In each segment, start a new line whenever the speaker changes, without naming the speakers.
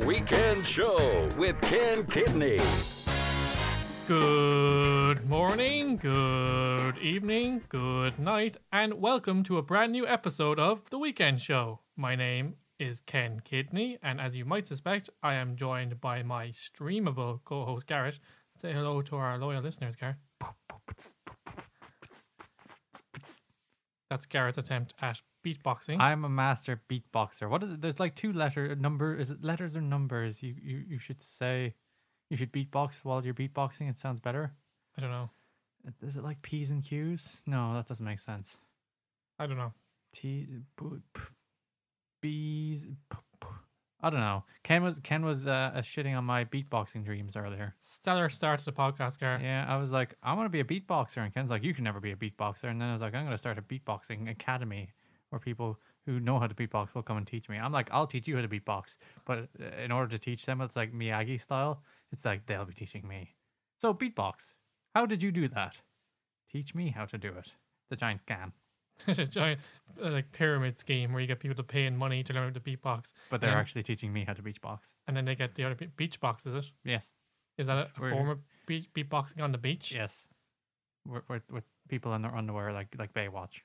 Morning Show with Ken Kidney.
Good morning, good evening, good night, and welcome to a brand new episode of The Weekend Show. My name is Ken Kidney, and as you might suspect, I am joined by my streamable co host Garrett. Say hello to our loyal listeners, Garrett. That's Garrett's attempt at beatboxing.
I'm a master beatboxer. What is it? There's like two letter number. Is it letters or numbers? You you, you should say, you should beatbox while you're beatboxing. It sounds better.
I don't know.
Is it like p's and q's? No, that doesn't make sense.
I don't know.
T b, p, b's. P, p. I don't know. Ken was Ken was uh, uh, shitting on my beatboxing dreams earlier.
Stellar start to the podcast, Garrett.
Yeah, I was like, I want to be a beatboxer, and Ken's like, you can never be a beatboxer. And then I was like, I'm going to start a beatboxing academy where people who know how to beatbox will come and teach me. I'm like, I'll teach you how to beatbox, but uh, in order to teach them, it's like Miyagi style. It's like they'll be teaching me. So beatbox, how did you do that? Teach me how to do it. The giant scam,
It's a giant uh, like pyramid scheme where you get people to pay in money to learn how to beatbox,
but they're
Yeah.
actually teaching me how to beatbox.
and then they get the other pe- beach box. Is it?
Yes,
Is that a,
That's
a
weird.
form of beach, beatboxing on the beach?
yes, with with, with people in their underwear like like Baywatch.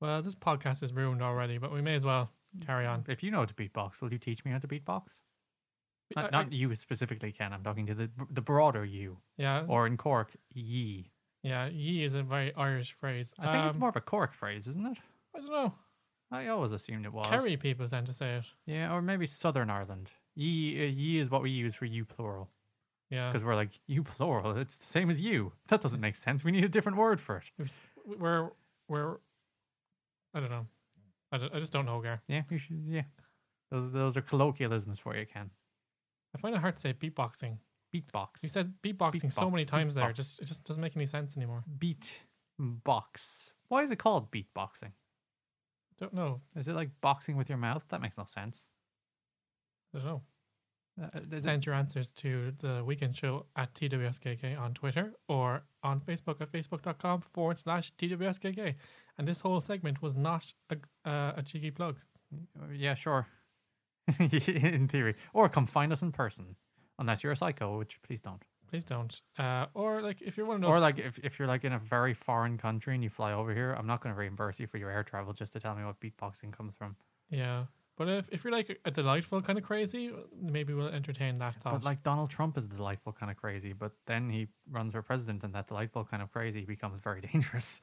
Well, this podcast is ruined already, but we may as well carry on.
If you know how to beatbox, will you teach me how to beatbox?
I- I-
Not, not you specifically, Ken. I'm talking to the the broader you,
yeah,
or in Cork, ye.
yeah. Ye is a very Irish phrase.
I think it's
Um,
more of a Cork phrase, isn't it?
I don't know.
I always assumed it was.
Kerry people tend to say it.
Yeah, or maybe Southern Ireland. Ye, uh, ye is what we use for you plural
Yeah,
because we're like you plural. It's the same as you. That doesn't make sense. We need a different word for it.
It's- we're we're. I don't know. I, don't- I just don't know, Gar.
Yeah, you should. Yeah, those those are colloquialisms for you, Ken.
I find it hard to say beatboxing.
Beatbox.
You said beatboxing so
Beatbox,
many times there.
beatbox.
Just it just doesn't make any sense anymore.
beatbox. Why is it called beatboxing?
Don't know.
Is it like boxing with your mouth? That makes no sense.
I don't know.
Uh, uh, is it-
Send your answers to the weekend show at TWSKK on Twitter or on Facebook at facebook.com forward slash TWSKK. And this whole segment was not a, uh, a cheeky plug.
Uh, Yeah, sure. in theory. Or come find us in person. Unless you're a psycho, which please don't.
Please don't. Uh, or, like, if you're one of those.
Or like if, if you're like in a very foreign country and you fly over here, I'm not gonna reimburse you for your air travel just to tell me what beatboxing comes from.
Yeah. But if, if you're like a delightful kind of crazy, maybe we'll entertain that thought.
But like Donald Trump is delightful kind of crazy, but then he runs for president and that delightful kind of crazy becomes very dangerous.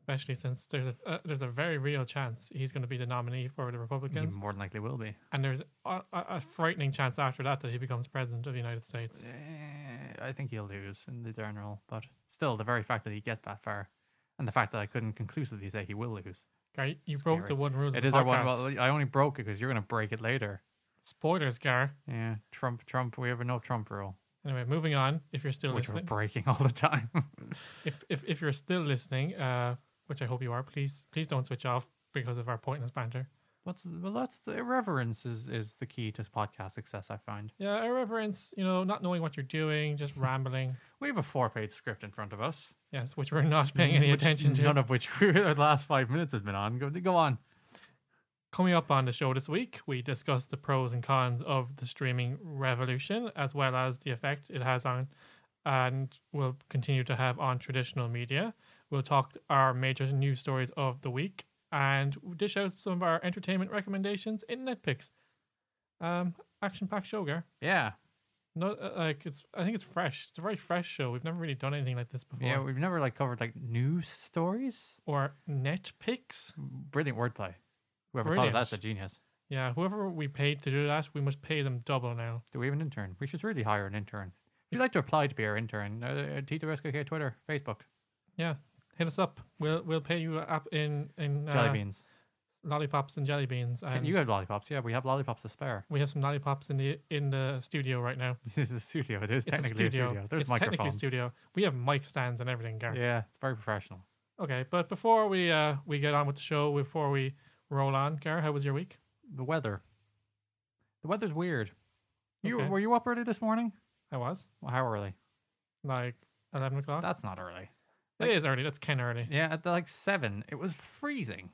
Especially since there's a, uh, there's a very real chance he's going to be the nominee for the
He
Republicans.
more than likely will be.
And there's a, a, a frightening chance after that that he becomes president of the United States.
Eh, I think he'll lose in the general, but still the very fact that he get that far and the fact that I couldn't conclusively say he will lose.
Gar,
is
you broke
scary.
the one rule. of
It
the
is our one.
podcast.
Well, I only broke it because you're going to break it later.
Spoilers, Gar.
Yeah, Trump, Trump. We have a no Trump rule,
Anyway, moving on. If you're still
which we're
listening,
breaking all the time.
if, if if you're still listening, uh, which I hope you are, please please don't switch off because of our pointless banter.
What's well, that's the irreverence is is the key to podcast success. I find
Yeah, irreverence. You know, not knowing what you're doing, just rambling.
we have a four page script in front of us,
Yes, which we're not paying any
Mm, which
attention to.
None of which the last five minutes has been on. Go, go on.
Coming up on the show this week, we discuss the pros and cons of the streaming revolution, as well as the effect it has on and will continue to have on traditional media. We'll talk our major news stories of the week and dish out some of our entertainment recommendations in Netflix. Um, action packed show, Gar.
Yeah,
No, uh, like it's. I think it's fresh. It's a very fresh show. We've never really done anything like this before.
yeah. We've never like covered like news stories.
or Netflix.
Brilliant wordplay. Whoever
Brilliant.
thought of that's a genius.
Yeah, whoever we paid to do that, we must pay them double now.
Do we have an intern? We should really hire an intern. If you'd like to apply to be our intern, uh, T2SKK Twitter, Facebook,
Yeah, hit us up. We'll we'll pay you up in in uh,
Jelly Beans.
lollipops and jelly beans.
Can
And
you have lollipops? Yeah, we have lollipops to spare.
we have some lollipops in the in the studio right now.
This is a studio. It is
It's
technically
a studio.
There's
it's
microphones.
technically studio. We have mic stands and everything, Gareth.
Yeah, it's very professional.
Okay, but before we uh we get on with the show, before we roll on, Gareth, how was your week?
The weather. The weather's weird. You
Okay.
were you up early this morning?
I was
Well, how early?
like eleven o'clock.
That's not early.
it is early. That's kind of early.
Yeah, at like seven, it was freezing.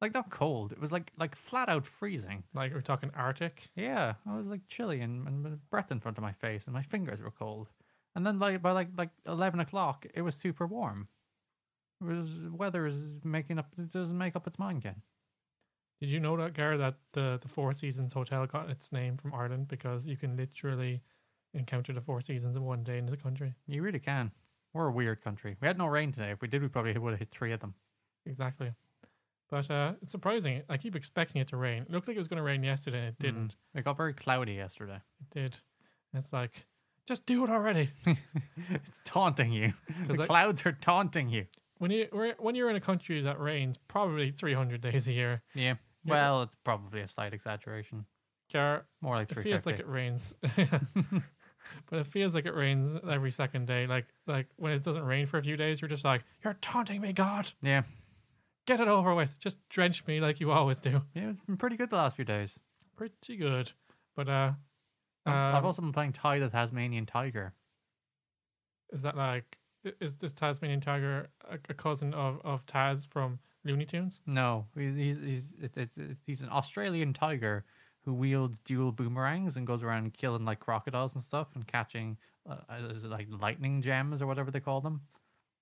Like not cold. It was like like flat out freezing.
Like we're talking Arctic.
Yeah, I was like chilly and, and with breath in front of my face, and my fingers were cold. And then like by like like eleven o'clock, it was super warm. It was weather is making up. It doesn't make up its mind yet.
Did you know that, Gar, that the, the Four Seasons Hotel got its name from Ireland because you can literally encounter the Four Seasons in one day in the country?
You really can. We're a weird country. We had no rain today. If we did, we probably would have hit three of them.
Exactly. But uh, it's surprising. I keep expecting it to rain. It looked like it was going to rain yesterday and it
Mm-hmm. Hmm.
didn't.
It got very cloudy yesterday.
It did. And it's like, just do it already.
it's taunting you. The
I-
clouds are taunting you.
when, you, we're- when you're in a country that rains probably 300 days a year,
Yeah. Well, it's probably a slight exaggeration.
Gar,
More like
it feels like
350.
it rains. But it feels like it rains every second day. Like like when it doesn't rain for a few days, you're just like, You're taunting me, God.
yeah.
get it over with. Just drench me like you always do.
Yeah, it's been pretty good the last few days.
Pretty good. But uh,
Um, I've
um,
also been playing Tie the Tasmanian Tiger.
is that like i- is this Tasmanian tiger a, a cousin of of Taz from Looney Tunes?
No, he's he's he's, it's it's it's he's an Australian tiger who wields dual boomerangs and goes around killing like crocodiles and stuff and catching uh, uh, is it like lightning gems or whatever they call them.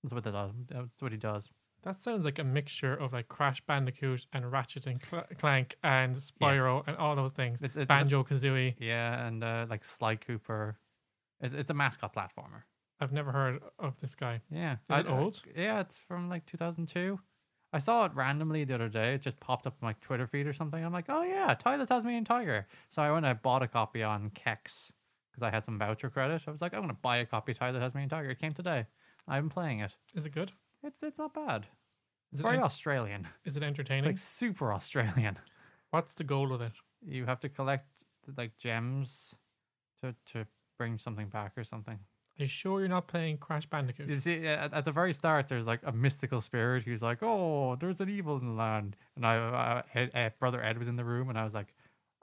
That's what they does. That's what he does.
That sounds like a mixture of like Crash Bandicoot and Ratchet and Cl- Clank and Spyro and all those things.
It's- it's a-
Banjo Kazooie.
Yeah, and uh, like Sly Cooper. It's, it's a mascot platformer.
I've never heard of this guy.
Yeah. Is
it old?
Yeah, it's from like 2002. I saw it randomly the other day. It just popped up on my Twitter feed or something. I'm like, oh yeah, Ty the Tasmanian Tiger. So I went and I bought a copy on Kex because I had some voucher credit. I was like, I'm going to buy a copy of Ty the Tasmanian Tiger. It came today. I've been playing it.
Is it good?
It's it's not bad. It's
it
very
en-
Australian.
Is it
It's
entertaining?
like super Australian.
What's the goal of it?
You have to collect like gems to to bring something back or something.
Are you sure you're not playing Crash Bandicoot?
You see, at, at the very start, there's like a mystical spirit who's like, "Oh, there's an evil in the land," and I, I, Ed- Ed- brother Ed was in the room, and I was like,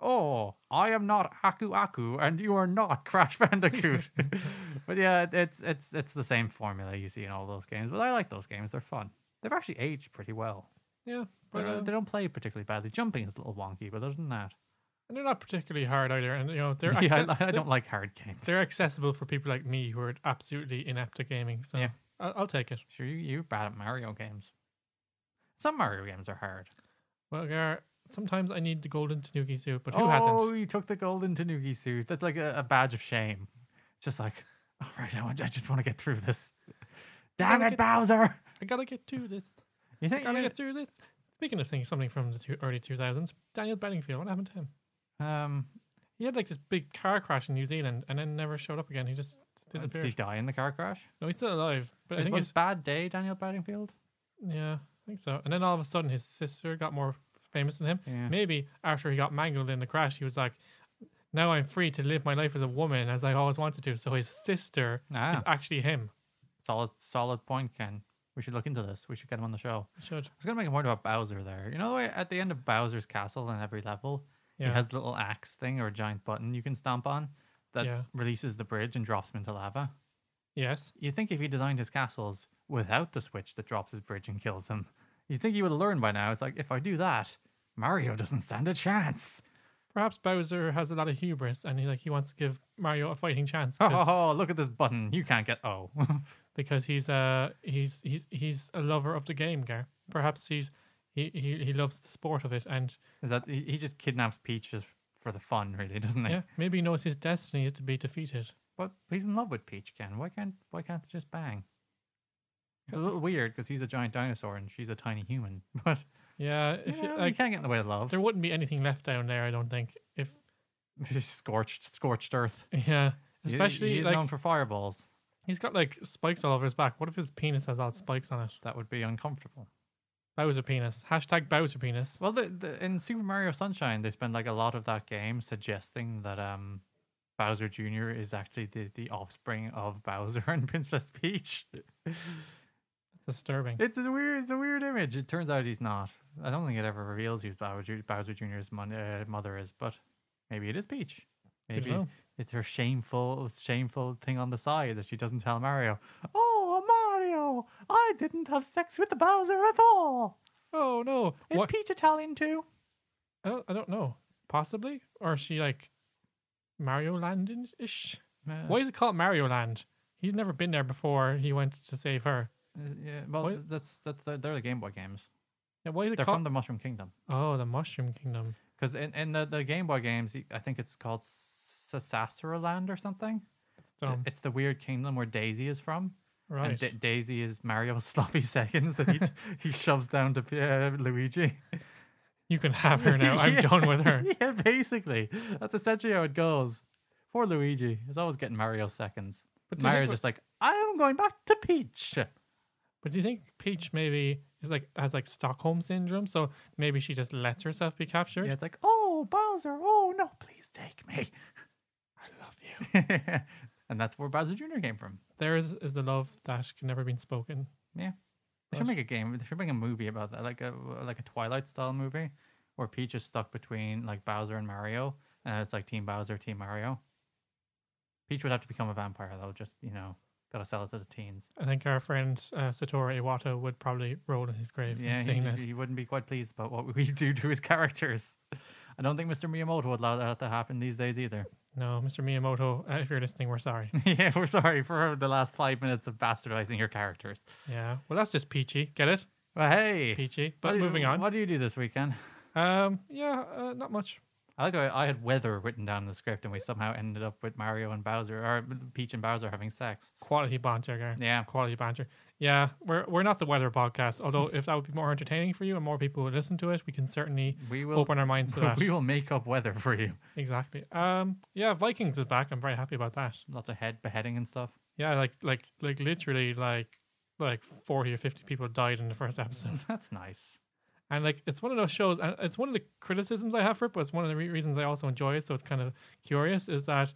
"Oh, I am not Aku Aku, and you are not Crash Bandicoot." but yeah, it- it's it's it's the same formula you see in all those games. But I like those games; they're fun. They've actually aged pretty well.
yeah,
They
but uh,
they don't play particularly badly. Jumping is a little wonky, but other than that,
and they're not particularly hard either. And you know they're
yeah,
access-
I, I
they're-
don't like hard games.
They're accessible for people like me who are absolutely inept at gaming. So
Yeah.
I'll, I'll take it.
Sure, you you bad at Mario games. Some Mario games are hard.
Well, Gar, sometimes I need the golden Tanuki suit, but who
oh,
hasn't?
you took the golden tanuki suit. That's like a, a badge of shame. It's just like, all right, I, want, I just want to get through this. Damn
Gotta
it,
get-
Bowser!
I gotta get through this.
You
I
think
gotta
you,
get through this. Speaking of things, something from the two, early 2000s, Daniel Bedingfield, what happened to him?
um,
He had like this big car crash in New Zealand and then never showed up again. He just
did he
disappeared.
die in the car crash?
No, he's still alive, but I
it
think
was
he's.
bad day, Daniel Bedingfield.
Yeah, I think so. And then all of a sudden, his sister got more famous than him.
Yeah.
Maybe after he got mangled in the crash, he was like, "Now I'm free to live my life as a woman as I always wanted to." So his sister
Ah.
is actually him.
Solid, solid point, Ken. We should look into this. We should get him on the show. I
Should
was gonna make a point about Bowser there. You know, the way at the end of Bowser's castle in every level,
Yeah.
he has a little axe thing or a giant button you can stomp on that
Yeah.
releases the bridge and drops him into lava.
yes,
You think if he designed his castles without the switch that drops his bridge and kills him, you think he would have learned by now. It's like if I do that, Mario doesn't stand a chance.
perhaps Bowser has a lot of hubris and he like he wants to give Mario a fighting chance
Oh,
'cause-
look at this button. You can't get oh.
because he's uh he's he's he's a lover of the game, Gar. Perhaps he's he, he he loves the sport of it and
Is that he he just kidnaps Peach just for the fun, really, doesn't he?
yeah maybe he knows his destiny is to be defeated.
But he's in love with Peach, Ken. Why can't why can't they just bang? It's a little weird because he's a giant dinosaur and she's a tiny human. But
Yeah, if
you, know,
you,
you
like,
can't get in the way of love.
there wouldn't be anything left down there, I don't think. If
scorched, scorched earth.
yeah,
He-
especially
he's
like
known for fireballs.
he's got like spikes all over his back. What if his penis has all spikes on it?
That would be uncomfortable.
Bowser penis. Hashtag Bowser penis.
Well, the, the, in Super Mario Sunshine, they spend like a lot of that game suggesting that um, Bowser Jr. is actually the, the offspring of Bowser and Princess Peach.
Disturbing.
It's a weird, it's a weird image. It turns out he's not. I don't think it ever reveals who Bowser, Ju- Bowser Jr.'s mon- uh, mother is, but maybe it is Peach.
Could
Maybe
well.
it's her shameful, shameful thing on the side that she doesn't tell Mario. Oh, Mario, I didn't have sex with Bowser at all.
Oh no!
Is
What?
Peach Italian too?
I don't, Oh, I don't know. Possibly, or is she like Mario Land ish?
Uh,
Why is it called Mario Land? He's never been there before. He went to save her.
uh, Yeah, well,
Why-
that's that's they're the Game Boy games.
Yeah, why is it
They're from
called?
the Mushroom Kingdom.
oh, the Mushroom Kingdom.
Because in, in the, the Game Boy games, I think it's called Sasasura Land or something.
Dumb.
It's the weird kingdom where Daisy is from.
Oh. Right.
And Da- Daisy is Mario's sloppy seconds that he, t- he shoves down to uh, Luigi.
you can have her now. I'm
Yeah.
done with her.
yeah, basically. That's essentially how it goes. Poor Luigi. He's always getting Mario's seconds.
But
But
do you think
Mario's
what-
just like, I'm going back to Peach.
But do you think Peach maybe is like has like Stockholm syndrome? So maybe she just lets herself be captured.
Yeah, it's like, oh, Bowser. Oh, no, please take me.
I love you.
and that's where Bowser Jr. came from.
Theirs is the love that can never be spoken.
Yeah, they should make a game. They should make a movie about that, like a like a Twilight style movie, where Peach is stuck between like Bowser and Mario, and it's like Team Bowser, Team Mario. Peach would have to become a vampire though. Just you know, gotta sell it to the teens.
I think our friend uh, Satoru Iwata would probably roll in his grave
Yeah,
seeing
he,
this.
he wouldn't be quite pleased about what we do to his characters. I don't think Mr. Miyamoto would allow that to happen these days either.
No, Mr. Miyamoto, uh, if you're listening, we're sorry.
yeah, we're sorry for the last five minutes of bastardizing your characters.
yeah, well, that's just peachy. Get it?
Well, hey,
Peachy.
what
But
do you-
moving on.
What do you do this weekend?
Um, yeah, uh, not much.
I like the way I had weather written down in the script, and we somehow ended up with Mario and Bowser, or Peach and Bowser having sex.
Quality banter, Gar.
Yeah.
Quality banter. Yeah, we're we're not the weather podcast. Although if that would be more entertaining for you and more people would listen to it, we can certainly
We will-
open our minds to that.
we will make up weather for you.
Exactly. Um. Yeah, Vikings is back. I'm very happy about that.
Lots of head beheading and stuff.
Yeah, like like like literally like like 40 or 50 people died in the first episode.
That's nice.
And like it's one of those shows, and it's one of the criticisms I have for it, but it's one of the re- reasons I also enjoy it. So it's kind of curious is that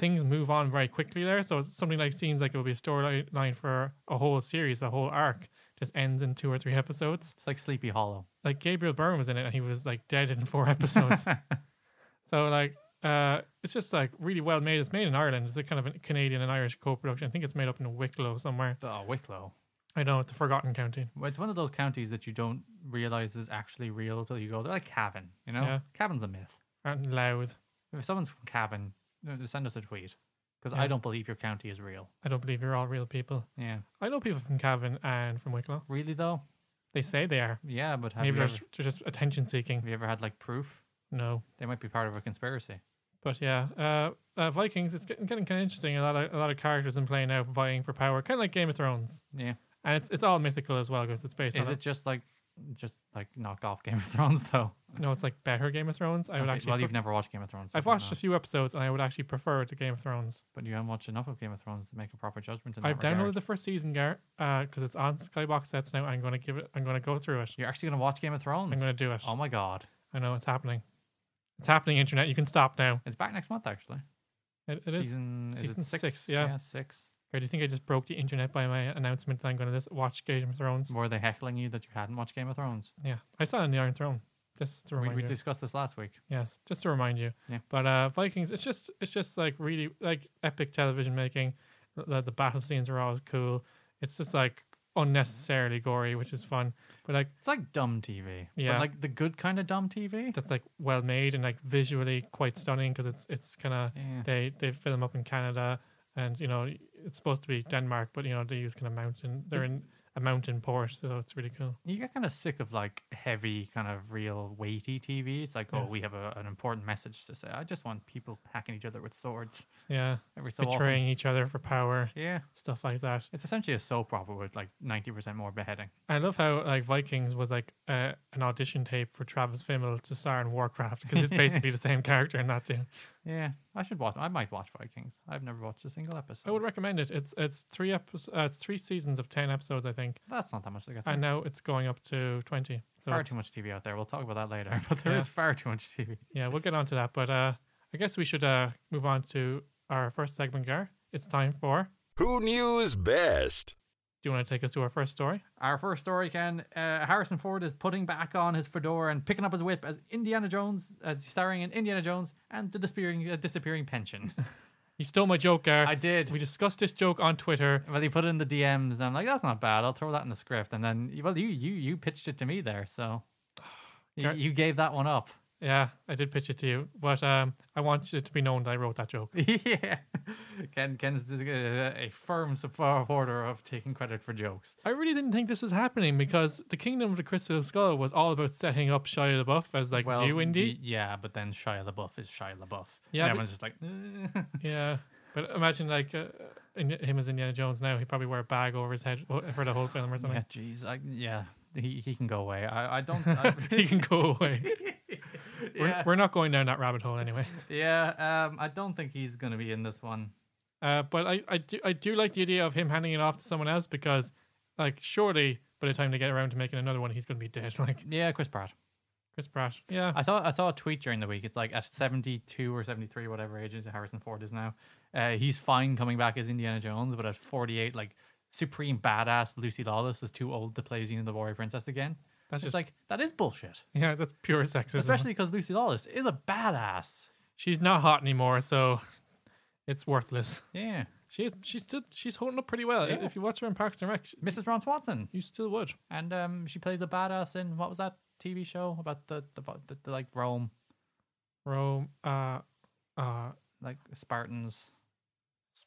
things move on very quickly there. So it's something like seems like it would be a storyline for a whole series, a whole arc, just ends in two or three episodes.
It's like Sleepy Hollow.
Like Gabriel Byrne was in it, and he was like dead in four episodes. so like, uh, it's just like really well made. It's made in Ireland. It's a kind of a Canadian and Irish co-production. I think it's made up in Wicklow somewhere.
Oh, Wicklow.
I know it's the Forgotten County.
Well, It's one of those counties that you don't realize is actually real till you go. They're like Cavan, you know?
Yeah.
Cavan's a myth.
and Louth.
If someone's from Cavan, you know, send us a tweet because
Yeah.
I don't believe your county is real.
I don't believe you're all real people.
Yeah.
I know people from Cavan and from Wicklow.
Really, though?
They say they are.
Yeah, but have,
Maybe
you
they're
ever,
just, they're just attention seeking.
have you ever had like proof?
No,
They might be part of a conspiracy.
but yeah, uh, uh, Vikings. It's getting, getting kind of interesting. A lot of a lot of characters in play now vying for power, kind of like Game of Thrones,
Yeah.
and it's it's all mythical as well because it's based
Is
on.
it just like just like knock off Game of Thrones though?
No, it's like better Game of Thrones. I would
Okay,
actually.
well, you've
pref-
never watched Game of Thrones. so
I've
I don't
watched
know.
a few episodes, and I would actually prefer it to Game of Thrones.
but you haven't watched enough of Game of Thrones to make a proper judgment. In
I've
that regard.
downloaded the first season, Gar, because it's on Skybox sets now. I'm going to give it. I'm going to go through it.
You're actually gonna watch Game of Thrones.
I'm going to do it.
Oh my god,
I know it's happening. It's happening, internet. You can stop now.
it's back next month actually.
It, it is.
season is
Season
it six?
six, yeah.
six.
Or do you think I just broke the internet by my announcement that I'm going to list, watch Game of Thrones?
Were they heckling you that you hadn't watched Game of Thrones?
Yeah, I saw it in the Iron Throne. Just to
We,
remind
we
you.
discussed this last week.
yes, just to remind you.
Yeah.
But uh, Vikings, it's just it's just like really like epic television making. The, the battle scenes are always cool. It's just like unnecessarily gory, which is fun. But like
It's like dumb TV.
Yeah.
but like the good kind of dumb TV.
that's like well made and like visually quite stunning because it's it's kind of
Yeah.
they they film up in Canada and you know it's supposed to be Denmark, but you know they use kind of mountain. They're in a mountain port, so it's really cool.
You get kind of sick of like heavy, kind of real weighty TV. It's like, oh, we have a, an important message to say. I just want people hacking each other with swords
Yeah,
every so
betraying each other for power,
often. Yeah,
stuff like that.
It's essentially a soap opera with like ninety percent more beheading.
I love how like Vikings was like uh, an audition tape for Travis Fimmel to star in Warcraft because it's basically the same character in that too.
Yeah, I should watch. I might watch Vikings. I've never watched a single episode.
I would recommend it. It's it's three episodes, uh, it's three seasons of ten episodes, I think,
That's not that much. Like I
and
know.
now it's going up to twenty. So
Hmm. Far
it's-
too much TV out there. We'll talk about that later. But there is
Yeah.
far too much TV.
yeah, we'll get on to that. But uh, I guess we should uh, move on to our first segment, Gar. It's time for.
Who news best?
Do you want to take us to our first story?
Our first story, Ken. Uh, Harrison Ford is putting back on his fedora and picking up his whip as Indiana Jones, as starring in Indiana Jones and the disappearing uh, disappearing pension.
You stole my joke, Gar.
I did.
We discussed this joke on Twitter.
Well, you put it in the DMs, and I'm like, that's not bad. I'll throw that in the script, and then well, you you you pitched it to me there, so you,
Gar-
you gave that one up.
Yeah, I did pitch it to you, but um, I want it to be known that I wrote that joke.
yeah, Ken Ken's a a firm supporter of taking credit for jokes.
I really didn't think this was happening because the Kingdom of the Crystal Skull was all about setting up Shia LaBeouf as like
Well,
new indie.
y- yeah, but then Shia LaBeouf is Shia LaBeouf.
Yeah,
Yeah,
but-
everyone's just like, "Eh."
yeah, but imagine like uh, in, him as Indiana Jones now. He would probably wear a bag over his head wo- for the whole film or
yeah,
something.
jeez, I- yeah, he he can go away. I I don't. I,
he can go away.
yeah,
we're, we're not going down that rabbit hole anyway.
yeah. Um, I don't think he's gonna be in this one.
Uh, but I, I do I do like the idea of him handing it off to someone else because like surely by the time they get around to making another one, he's gonna be dead. Like
Yeah, Chris Pratt.
Chris Pratt. Yeah.
I saw I saw a tweet during the week. It's like at seventy two or seventy three, whatever age Harrison Ford is now. Uh, he's fine coming back as Indiana Jones, but at forty eight, like supreme badass Lucy Lawless is too old to play Xena the Warrior Princess again.
That's
That's
just-
just like that is bullshit.
Yeah, that's pure sexism.
Especially because Lucy Lawless is a badass.
she's not hot anymore, so it's worthless.
Yeah,
She is, she's still she's holding up pretty well.
Yeah.
If you watch her in Parks and Rec,
Mrs. Ron Swanson,
you still would.
and um, she plays a badass in what was that TV show about the the, the, the like Rome,
Rome, uh, uh,
like Spartans.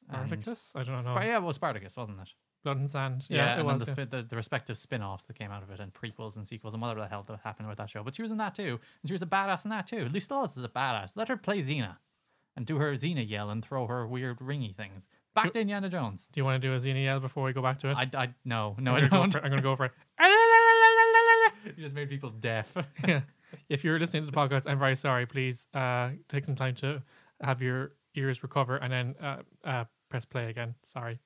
And-
Spartacus. I don't know.
Spar- yeah, well, Spartacus wasn't it?
Blood and Sand.
Yeah,
Yeah, it
and then
was.
the,
yeah.
spin the, the respective spin-offs that came out of it and prequels and sequels and whatever the hell that happened with that show. But she was in that too, and she was a badass in that too. Lucy Lawless is a badass. Let her play Xena and do her Xena yell and throw her weird ringy things. Back to Indiana Jones.
Do you want to do a Xenia yell before we go back to it?
I, I no no I
I'm gonna go
don't.
for it. I'm gonna go for it.
you just made people deaf.
Yeah. if you're listening to the podcast, I'm very sorry. Please uh, take some time to have your ears recover and then uh, uh, press play again. Sorry.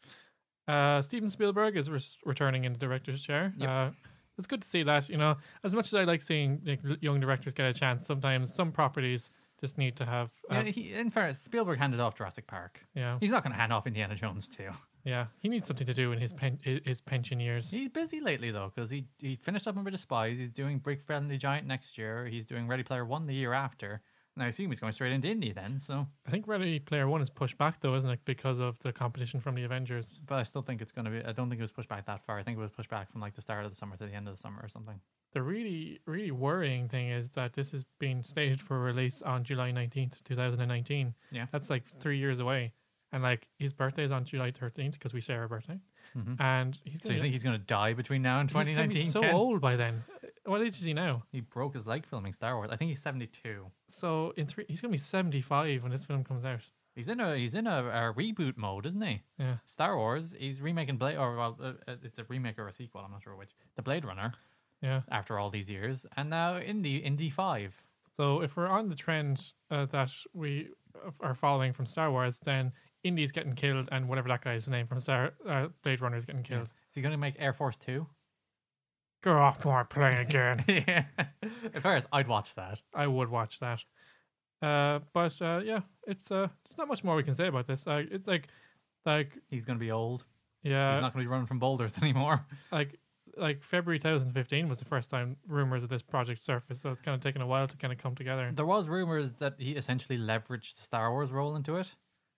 Uh, Steven Spielberg is res- returning in the director's chair.
Yep.
Uh, it's good to see that. You know, as much as I like seeing like, l- young directors get a chance, sometimes some properties just need to have.
yeah,
Uh,
he, in fairness, Spielberg handed off Jurassic Park.
yeah,
He's not going to hand off Indiana Jones too.
yeah. He needs something to do in his pen- i- his pension years.
He's busy lately though, because he he finished up on Bridge of Spies. He's doing Brick Friendly Giant next year. He's doing Ready Player One the year after, and I assume he's going straight into Indy then. So,
I think Ready Player One is pushed back though, isn't it, because of the competition from the Avengers?
but I still think it's going to be. I don't think it was pushed back that far. I think it was pushed back from like the start of the summer to the end of the summer or something.
The really, really worrying thing is that this is being stated for release on July 19th, 2019.
Yeah.
That's like three years away. And like his birthday is on July 13th because we share a birthday.
Mhm.
And he's
So
going
you think he's going to die between now and
to
2019?
be so
Ken?
old by then. What age is he now?
He broke his leg filming Star Wars. I think he's 72.
So in three, he's going to be 75 when this film comes out.
He's in a he's in a, a reboot mode, isn't he?
Yeah.
Star Wars. He's remaking Blade, or well, uh, uh, it's a remake or a sequel. I'm not sure which. The Blade Runner.
Yeah.
After all these years, and now Indy Indy Five.
So if we're on the trend uh, that we uh, are following from Star Wars, then Indy's getting killed and whatever that guy's name from Star uh, Blade Runner is getting killed.
Is he going to make Air Force Two?
Go off my plane again.
yeah. If I was, I'd watch that.
I would watch that. Uh, but uh, yeah, it's uh, there's not much more we can say about this. Uh, it's like, like
He's going to be old. He's
yeah,
not going to be running from boulders anymore.
like like February 2015 was the first time rumors of this project surfaced. So it's kind of taken a while to kind of come together.
There was rumors that he essentially leveraged the Star Wars role into it.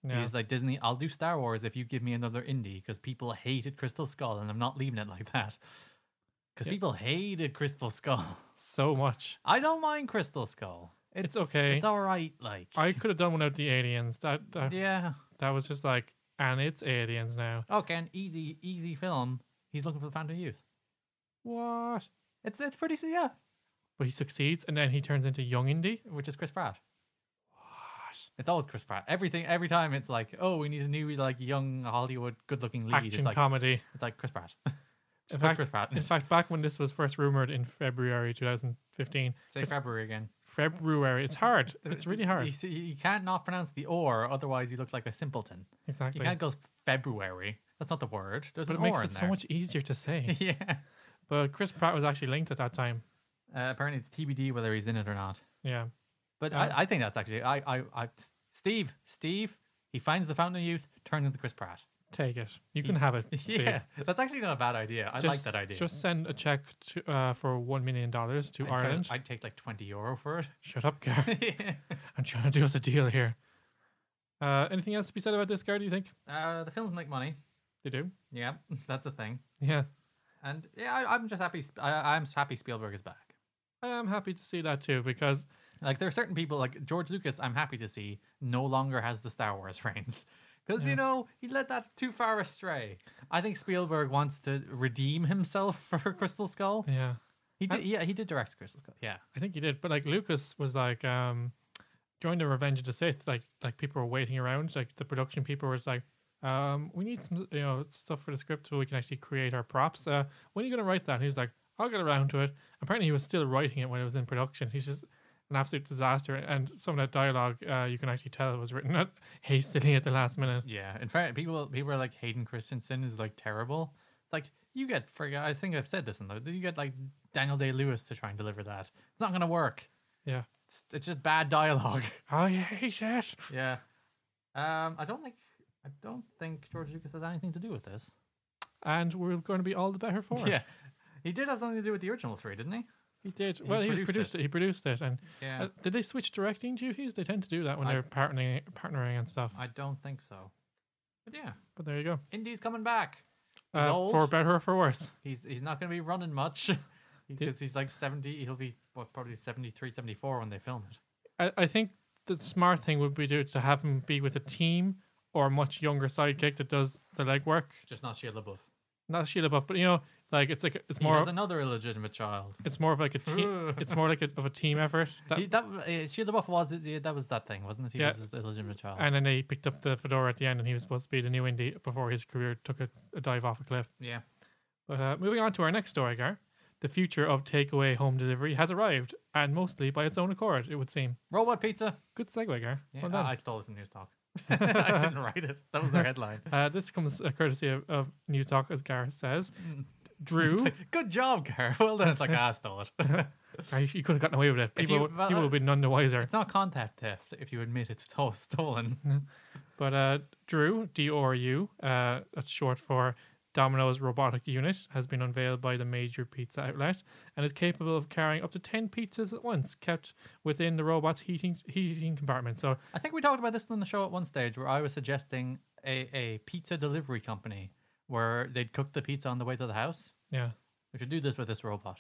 Yeah.
He's like Disney, I'll do Star Wars if you give me another indie because people hated Crystal Skull and I'm not leaving it like that. Because
Yeah.
people hated Crystal Skull.
So much.
I don't mind Crystal Skull.
It's okay.
It's all right. Like
I could have done without the aliens. That that,
yeah.
that was just like, and it's aliens now.
Okay, an easy, easy film. He's looking for the Phantom Youth.
What?
It's it's pretty yeah.
But he succeeds, and then he turns into young Indy.
which is Chris Pratt. It's always Chris Pratt. Everything, every time, it's like, oh, we need a new, like, young Hollywood, good-looking lead.
Action
it's like,
comedy.
it's like Chris Pratt.
In
Just put
fact,
Chris Pratt.
in fact, back when this was first rumored in February 2015,
Say February again.
February. It's hard. It's really
You,
hard.
see, you can't not pronounce the or, otherwise you look like a simpleton. You
Exactly.
can't go February. That's not the word. There's
But
an
it makes
or in
it
there.
so much easier to say.
yeah.
But Chris Pratt was actually linked at that time.
Uh, apparently, it's TBD whether he's in it or not.
Yeah.
But
Uh,
I, I think that's actually, I, I, I, Steve, Steve, he finds the Fountain of Youth, turns into Chris Pratt.
Take it. You can have it. Steve.
Yeah, that's actually not a bad idea. I like
Just-
that idea.
Just send a check to, uh, for $1 million to
I'd try to-
Ireland.
I'd take like 20 euro for it.
Shut up, Gar. I'm trying to do us a deal here. Uh, anything else to be said about this, Gar? Do you think
Uh, the films make money.
they do?
Yeah, that's a thing.
Yeah,
And yeah, I, I'm just happy. Sp- I, I'm happy Spielberg is back.
I am happy to see that too because
Like there are certain people like George Lucas. I'm happy to see no longer has the Star Wars reigns because you know he led that too far astray. I think Spielberg wants to redeem himself for Crystal Skull.
yeah,
He did. Yeah, he did direct Crystal Skull. Yeah,
I think he did. But like Lucas was like um during the Revenge of the Sith, like like people were waiting around, like the production people was like, um, we need some you know stuff for the script so we can actually create our props. Uh, when are you gonna write that? And he was like, I'll get around to it. Apparently, he was still writing it when it was in production. He's just an absolute disaster, and some of that dialogue uh, you can actually tell it was written at hastily at the last minute.
yeah. In fact, people people are like Hayden Christensen is like terrible. It's like you get for I think I've said this in the you get like Daniel Day Lewis to try and deliver that. It's not gonna work.
Yeah. "Oh,
It's, it's just bad dialogue.
I hate it.
Yeah. Um, I don't think I don't think George Lucas has anything to do with this.
And we're going to be all the better for it.
Yeah. He did have something to do with the original three, didn't he?
He did. Well, he, was
produced
produced it. He produced it, and
Yeah.
Uh, did they switch directing duties? They tend to do that when
I-
they're partnering, partnering and stuff.
I don't think so. But yeah,
but there you go.
Indy's coming back. He's
Uh,
old.
for better or for worse.
He's he's not going to be running much because he's like 70. He'll be what, probably 73, 74 when they film it.
I, I think the smart thing would be to, to have him be with a team or a much younger sidekick that does the legwork.
Just not Shia LaBeouf.
Not Sheila Buff, but you know, like it's like a- it's
He
more
has another illegitimate child.
it's more of like a team. it's more like a, of a team effort. That,
He, that uh, Shia LaBeouf was yeah, that was that thing, wasn't it? He
Yeah.
was his illegitimate child.
and then they picked up the fedora at the end, and he was supposed to be the new indie before his career took a, a dive off a cliff.
yeah.
But uh, moving on to our next story, Gar. The future of takeaway home delivery has arrived, and mostly by its own accord, it would seem.
Robot pizza.
Good segue, Gar.
Yeah,
Well
I-
done.
I stole it from News Talk. I didn't write it. That was their headline.
Uh, this comes uh, courtesy of, of New Talk, as Gar says. Drew,
Good job, Gar. Well done. It's like ah, I stole it.
Gar, you, sh- you could have gotten away with it.
If
People,
you-
would
well,
people
uh,
would be none the wiser.
It's not contact theft if you admit it's to- stolen.
But uh, Drew, D O R U, uh, that's short for Domino's Robotic Unit, has been unveiled by the major pizza outlet and is capable of carrying up to 10 pizzas at once, kept within the robot's heating, heating compartment. So
I think we talked about this on the show at one stage where I was suggesting a, a pizza delivery company where they'd cook the pizza on the way to the house.
Yeah,
We should do this with this robot.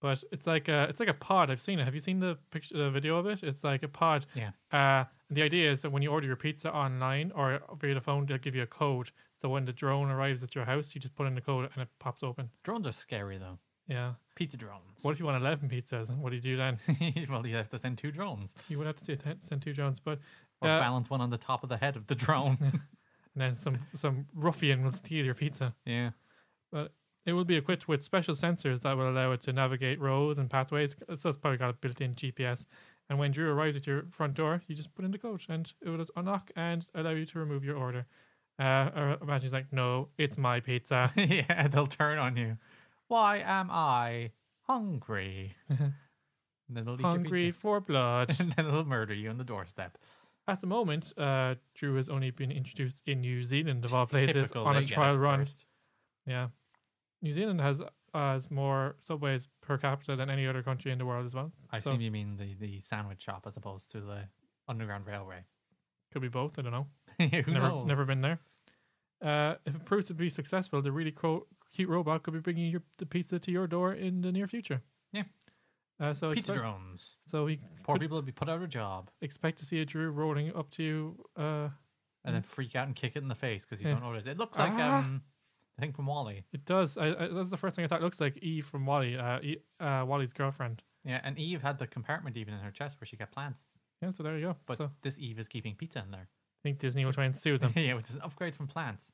but it's like a it's like a pod. I've seen it. Have you seen the picture, the video of it? It's like a pod.
Yeah.
Uh, the idea is that when you order your pizza online or via the phone, they'll give you a code. So when the drone arrives at your house, you just put in the code and it pops open.
Drones are scary though.
Yeah.
Pizza drones.
What if you want eleven pizzas? What do you do then?
well, you have to send two drones
you would have to send- send two drones, but
or
Uh,
balance one on the top of the head of the drone.
and then some some ruffian will steal your pizza.
yeah.
But it will be equipped with special sensors that will allow it to navigate roads and pathways. So it's probably got a built-in GPS. And when Drew arrives at your front door, you just put in the code, and it will just unlock and allow you to remove your order. Uh, or imagine he's like, "No, it's my pizza."
yeah, they'll turn on you. Why am I hungry? and then they'll eat
Hungry
your
for blood.
pizza. and then they'll murder you on the doorstep.
At the moment, uh, Drew has only been introduced in New Zealand of all places
Typical,
on
they
a
get it
trial run.
first.
Yeah, New Zealand has has more subways per capita than any other country in the world as well.
I
So-
assume you mean the, the sandwich shop as opposed to the underground railway.
Could be both. I don't know.
Who
never
knows?
never been there. Uh, if it proves to be successful, the really co- cute robot could be bringing your, the pizza to your door in the near future.
Yeah.
Uh, so
Pizza
expect,
drones.
So we
Poor
could
people will be put out of job
expect to see a Drew rolling up to you. Uh,
and then freak out and kick it in the face because you
Yeah.
don't notice. It looks like
Ah.
um, the thing from Wally.
it does. I, I, that's the first thing I thought. It looks like Eve from Wally. Uh, e, uh, Wally's girlfriend.
Yeah, and Eve had the compartment even in her chest where she kept plants.
Yeah. So there you go.
But
so I
this Eve is keeping pizza in there.
think Disney will try and sue them.
yeah, which is an upgrade from plants.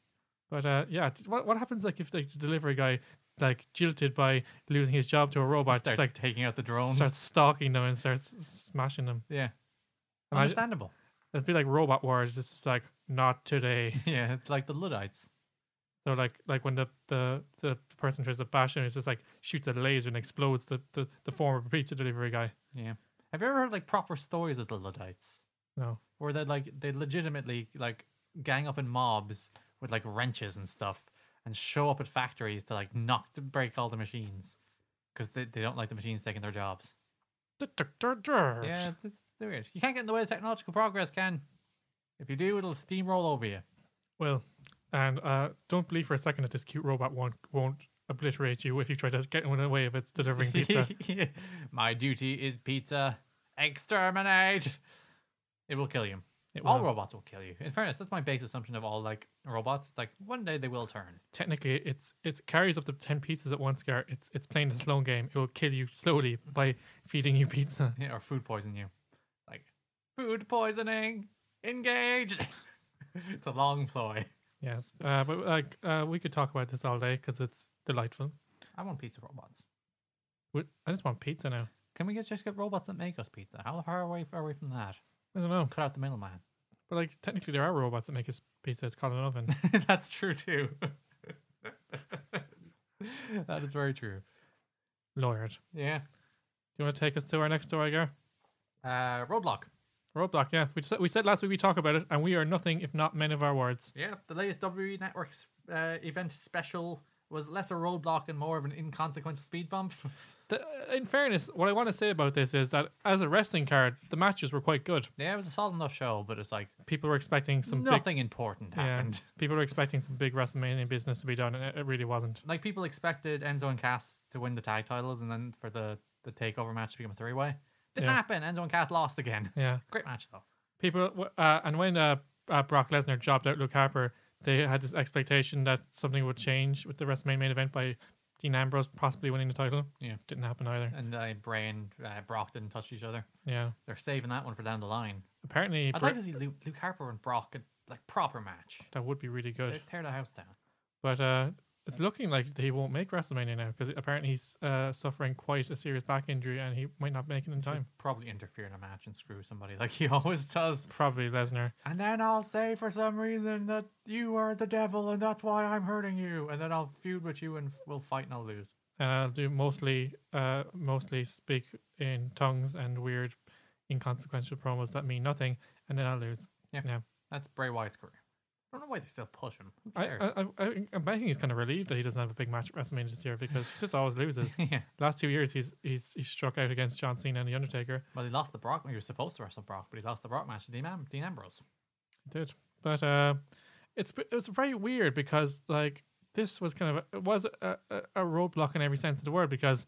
but uh, yeah, t- what what happens like if like, the delivery guy like jilted by losing his job to a robot,
Starts
just like
taking out the drones.
starts stalking them and starts smashing them.
yeah.
Imagine-
Understandable.
It'd be like robot wars. It's just like not today.
yeah, it's like the Luddites.
So like like when the the the person tries to bash him, it's just like shoots a laser and explodes the the, the former pizza delivery guy.
Yeah. Have you ever heard like proper stories of the Luddites?
No,
where they like they legitimately like gang up in mobs with like wrenches and stuff and show up at factories to like knock to break all the machines because they, they don't like the machines taking their jobs.
yeah.
Yeah, it's, it's weird. You can't get in the way of technological progress, Ken. If you do, it'll steamroll over you.
Well, and uh, don't believe for a second that this cute robot won't won't obliterate you if you try to get in the way of its delivering pizza.
My duty is pizza. Exterminate. It will kill you.
It
All
will.
robots will kill you. In fairness, that's my base assumption of all like robots. It's like one day they will turn.
Technically, it's it carries up to ten pizzas at once. Gar, it's it's playing the slow game. It will kill you slowly by feeding you pizza.
Yeah, or food poison you. Like food poisoning. Engage. it's a long ploy.
Yes, uh, but like uh, we could talk about this all day because it's delightful.
I want pizza robots.
We- I just want pizza now.
Can we get just get robots that make us pizza? How far away are we from that?
I don't know,
Cut out the middleman.
but like technically there are robots that make us pizza. It's called an oven.
That's true too. that is very true.
Lord, do
Yeah.
you want to take us to our next story, Gar?
Uh, roadblock.
Roadblock. Yeah, we said, we said last week we talk about it, and we are nothing if not men of our words.
Yeah, the latest WWE Network's uh, event special was less a roadblock and more of an inconsequential speed bump.
The, in fairness, what I want to say about this is that as a wrestling card, the matches were quite good.
yeah, it was a solid enough show, but it's like
People were expecting some big,
nothing important
yeah,
happened.
people were expecting some big WrestleMania business to be done, and it, it really wasn't.
Like people expected Enzo and Cass to win the tag titles, and then for the the takeover match to become a three way. Didn't
Yeah.
happen. Enzo and Cass lost again.
Yeah,
Great match though.
people. w- Uh, and when uh, uh, Brock Lesnar jobbed out Luke Harper, they had this expectation that something would change with the WrestleMania main event by Dean Ambrose possibly winning the title.
Yeah.
didn't happen either.
And uh, Bray and uh, Brock didn't touch each other.
Yeah,
They're saving that one for down the line.
apparently
I'd
Br-
like to see Luke, Luke Harper and Brock in, like proper match.
that would be really good.
They tear the house down.
But uh, it's looking like he won't make WrestleMania now because apparently he's uh, suffering quite a serious back injury and he might not make it in
Should
time.
probably interfere in a match and screw somebody like he always does.
Probably Lesnar.
And then I'll say for some reason that you are the devil and that's why I'm hurting you. And then I'll feud with you and f- we'll fight and I'll lose.
And I'll do mostly, uh, mostly speak in tongues and weird, inconsequential promos that mean nothing, and then I'll lose.
That's Bray Wyatt's career. I don't know why they still push him. Who
I, uh,
cares?
I, I, I'm betting he's kind of relieved that he doesn't have a big match at WrestleMania this year because he just always loses.
yeah.
Last two years, he's he's he's struck out against John Cena and The Undertaker.
Well, he lost the Brock. He was supposed to wrestle Brock, but he lost the Brock match to Dean, Am- Dean Ambrose.
He did. But uh, it's it was very weird because like this was kind of a, it was a, a, a roadblock in every sense of the word because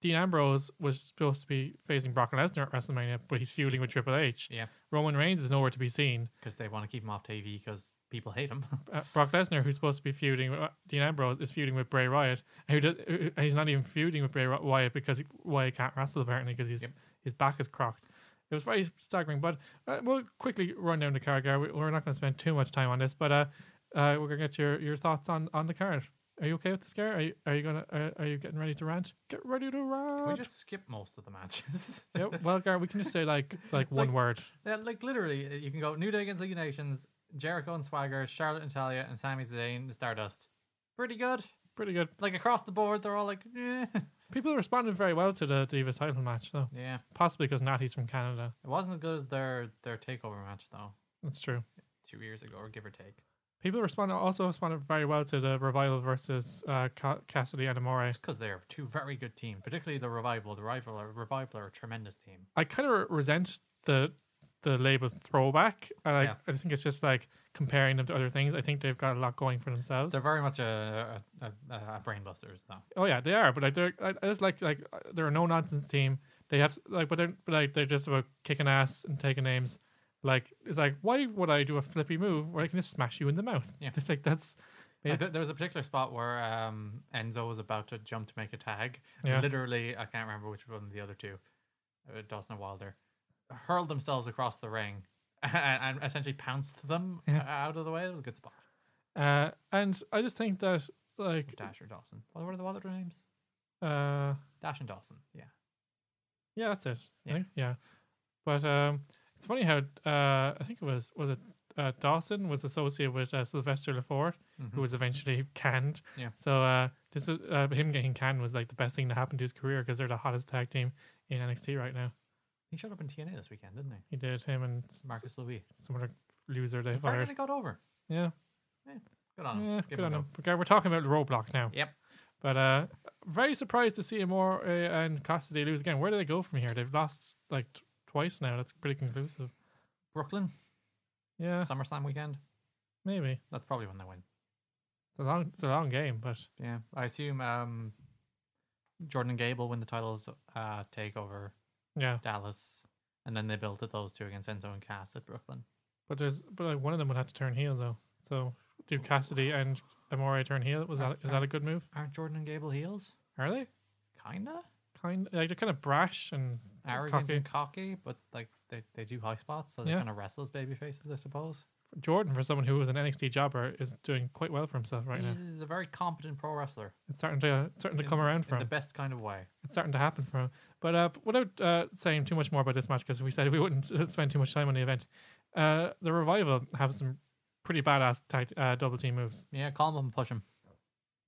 Dean Ambrose was supposed to be facing Brock Lesnar at WrestleMania, but he's feuding with Triple H.
Yeah.
Roman Reigns is nowhere to be seen.
Because they want to keep him off TV because people hate him.
Uh, Brock Lesnar, who's supposed to be feuding with uh, Dean Ambrose, is feuding with Bray Wyatt, and, who does, who- and he's not even feuding with Bray Wy- Wyatt because he, Wyatt can't wrestle apparently because his
Yep.
his back is crocked. It was very staggering, but uh, we'll quickly run down the card. Gar. We, we're not going to spend too much time on this, but uh, uh, we're going to get your, your thoughts on, on the card. Are you okay with this, Gar? Are you are you gonna are, are you getting ready to rant? Get ready to
we
rant.
just skip most of the matches.
yeah, well, Gar, we can just say like like one
Like-
word.
Yeah, like literally, uh, you can go New Day against League of Nations, Jericho and Swagger, Charlotte and Talia, and Sami Zayn and Stardust. Pretty good.
Pretty good.
Like across the board, they're all like, eh.
People responded very well to the Divas title match, though.
yeah.
Possibly because Natty's from Canada.
It wasn't as good as their their takeover match though,
That's true.
two years ago or give or take.
People responded also responded very well to the revival versus uh, Ca- Cassidy and Amore.
It's because they're two very good teams, particularly the Revival. The Revival are, Revival are a tremendous team.
I kind of resent the the label throwback, and I,
Yeah.
I think it's just like comparing them to other things. I think they've got a lot going for themselves.
They're very much a a, a, a brainbusters though.
oh yeah, they are, but like they're I, I just like like uh, they're a no nonsense team. They have s- like, but they're but like they're just about kicking ass and taking names. Like it's like why would I do a flippy move where I can just smash you in the mouth?
Yeah.
It's like that's Yeah.
Uh, th- there was a particular spot where um, Enzo was about to jump to make a tag.
Yeah.
Literally, I can't remember which one of the other two, uh, Dawson and Wilder, hurled themselves across the ring and, and essentially pounced them
Yeah.
uh, out of the way. It was a good spot.
uh, and I just think that like
Dash or Dawson. What were the other two names?
uh.
Dash and Dawson. Yeah.
Yeah, that's it.
Yeah.
Yeah. yeah. But um, it's funny how uh, I think it was was it uh, Dawson was associated with uh, Sylvester Lafort,
Mhm.
who was eventually canned.
Yeah.
So uh, this is, uh, him getting canned was like the best thing to happen to his career because they're the hottest tag team in NXT right now.
He showed up in TNA this weekend, didn't he?
He did him and s-
Marcus Louis.
some other loser they
Apparently
fired.
they got over.
Yeah.
Good on him.
Yeah,
Give
Eh, good on
a
him. Okay, we're talking about Roblox now.
Yep.
But uh, very surprised to see Amore uh, and Cassidy lose again. Where do they go from here? They've lost like t- twice now. That's pretty conclusive.
Brooklyn.
Yeah,
SummerSlam weekend.
maybe.
That's probably when they win.
It's a long, it's a long game, but
Yeah, I assume um, Jordan and Gable win the titles, uh, take over
yeah.
Dallas, and then they build to those two against Enzo and Cass at Brooklyn.
But there's, but like one of them would have to turn heel though. So do Cassidy and Amore turn heel? Was that is that a good move?
Aren't Jordan and Gable heels?
Are they
Kinda
kind like they're kind of brash and
arrogant and cocky, but like they, they do high spots, so they
Yeah.
kind of wrestle as baby faces, I suppose.
Jordan, for someone who was an NXT jobber, is doing quite well for himself right now.
He's a very competent pro wrestler
It's starting to it's starting to come around for
in the
him.
best kind of way.
It's starting to happen for him. But uh, without uh, saying too much more about this match, because we said we wouldn't spend too much time on the event, uh, the revival have some pretty badass tag, uh, double team moves.
Yeah, calm them and push them.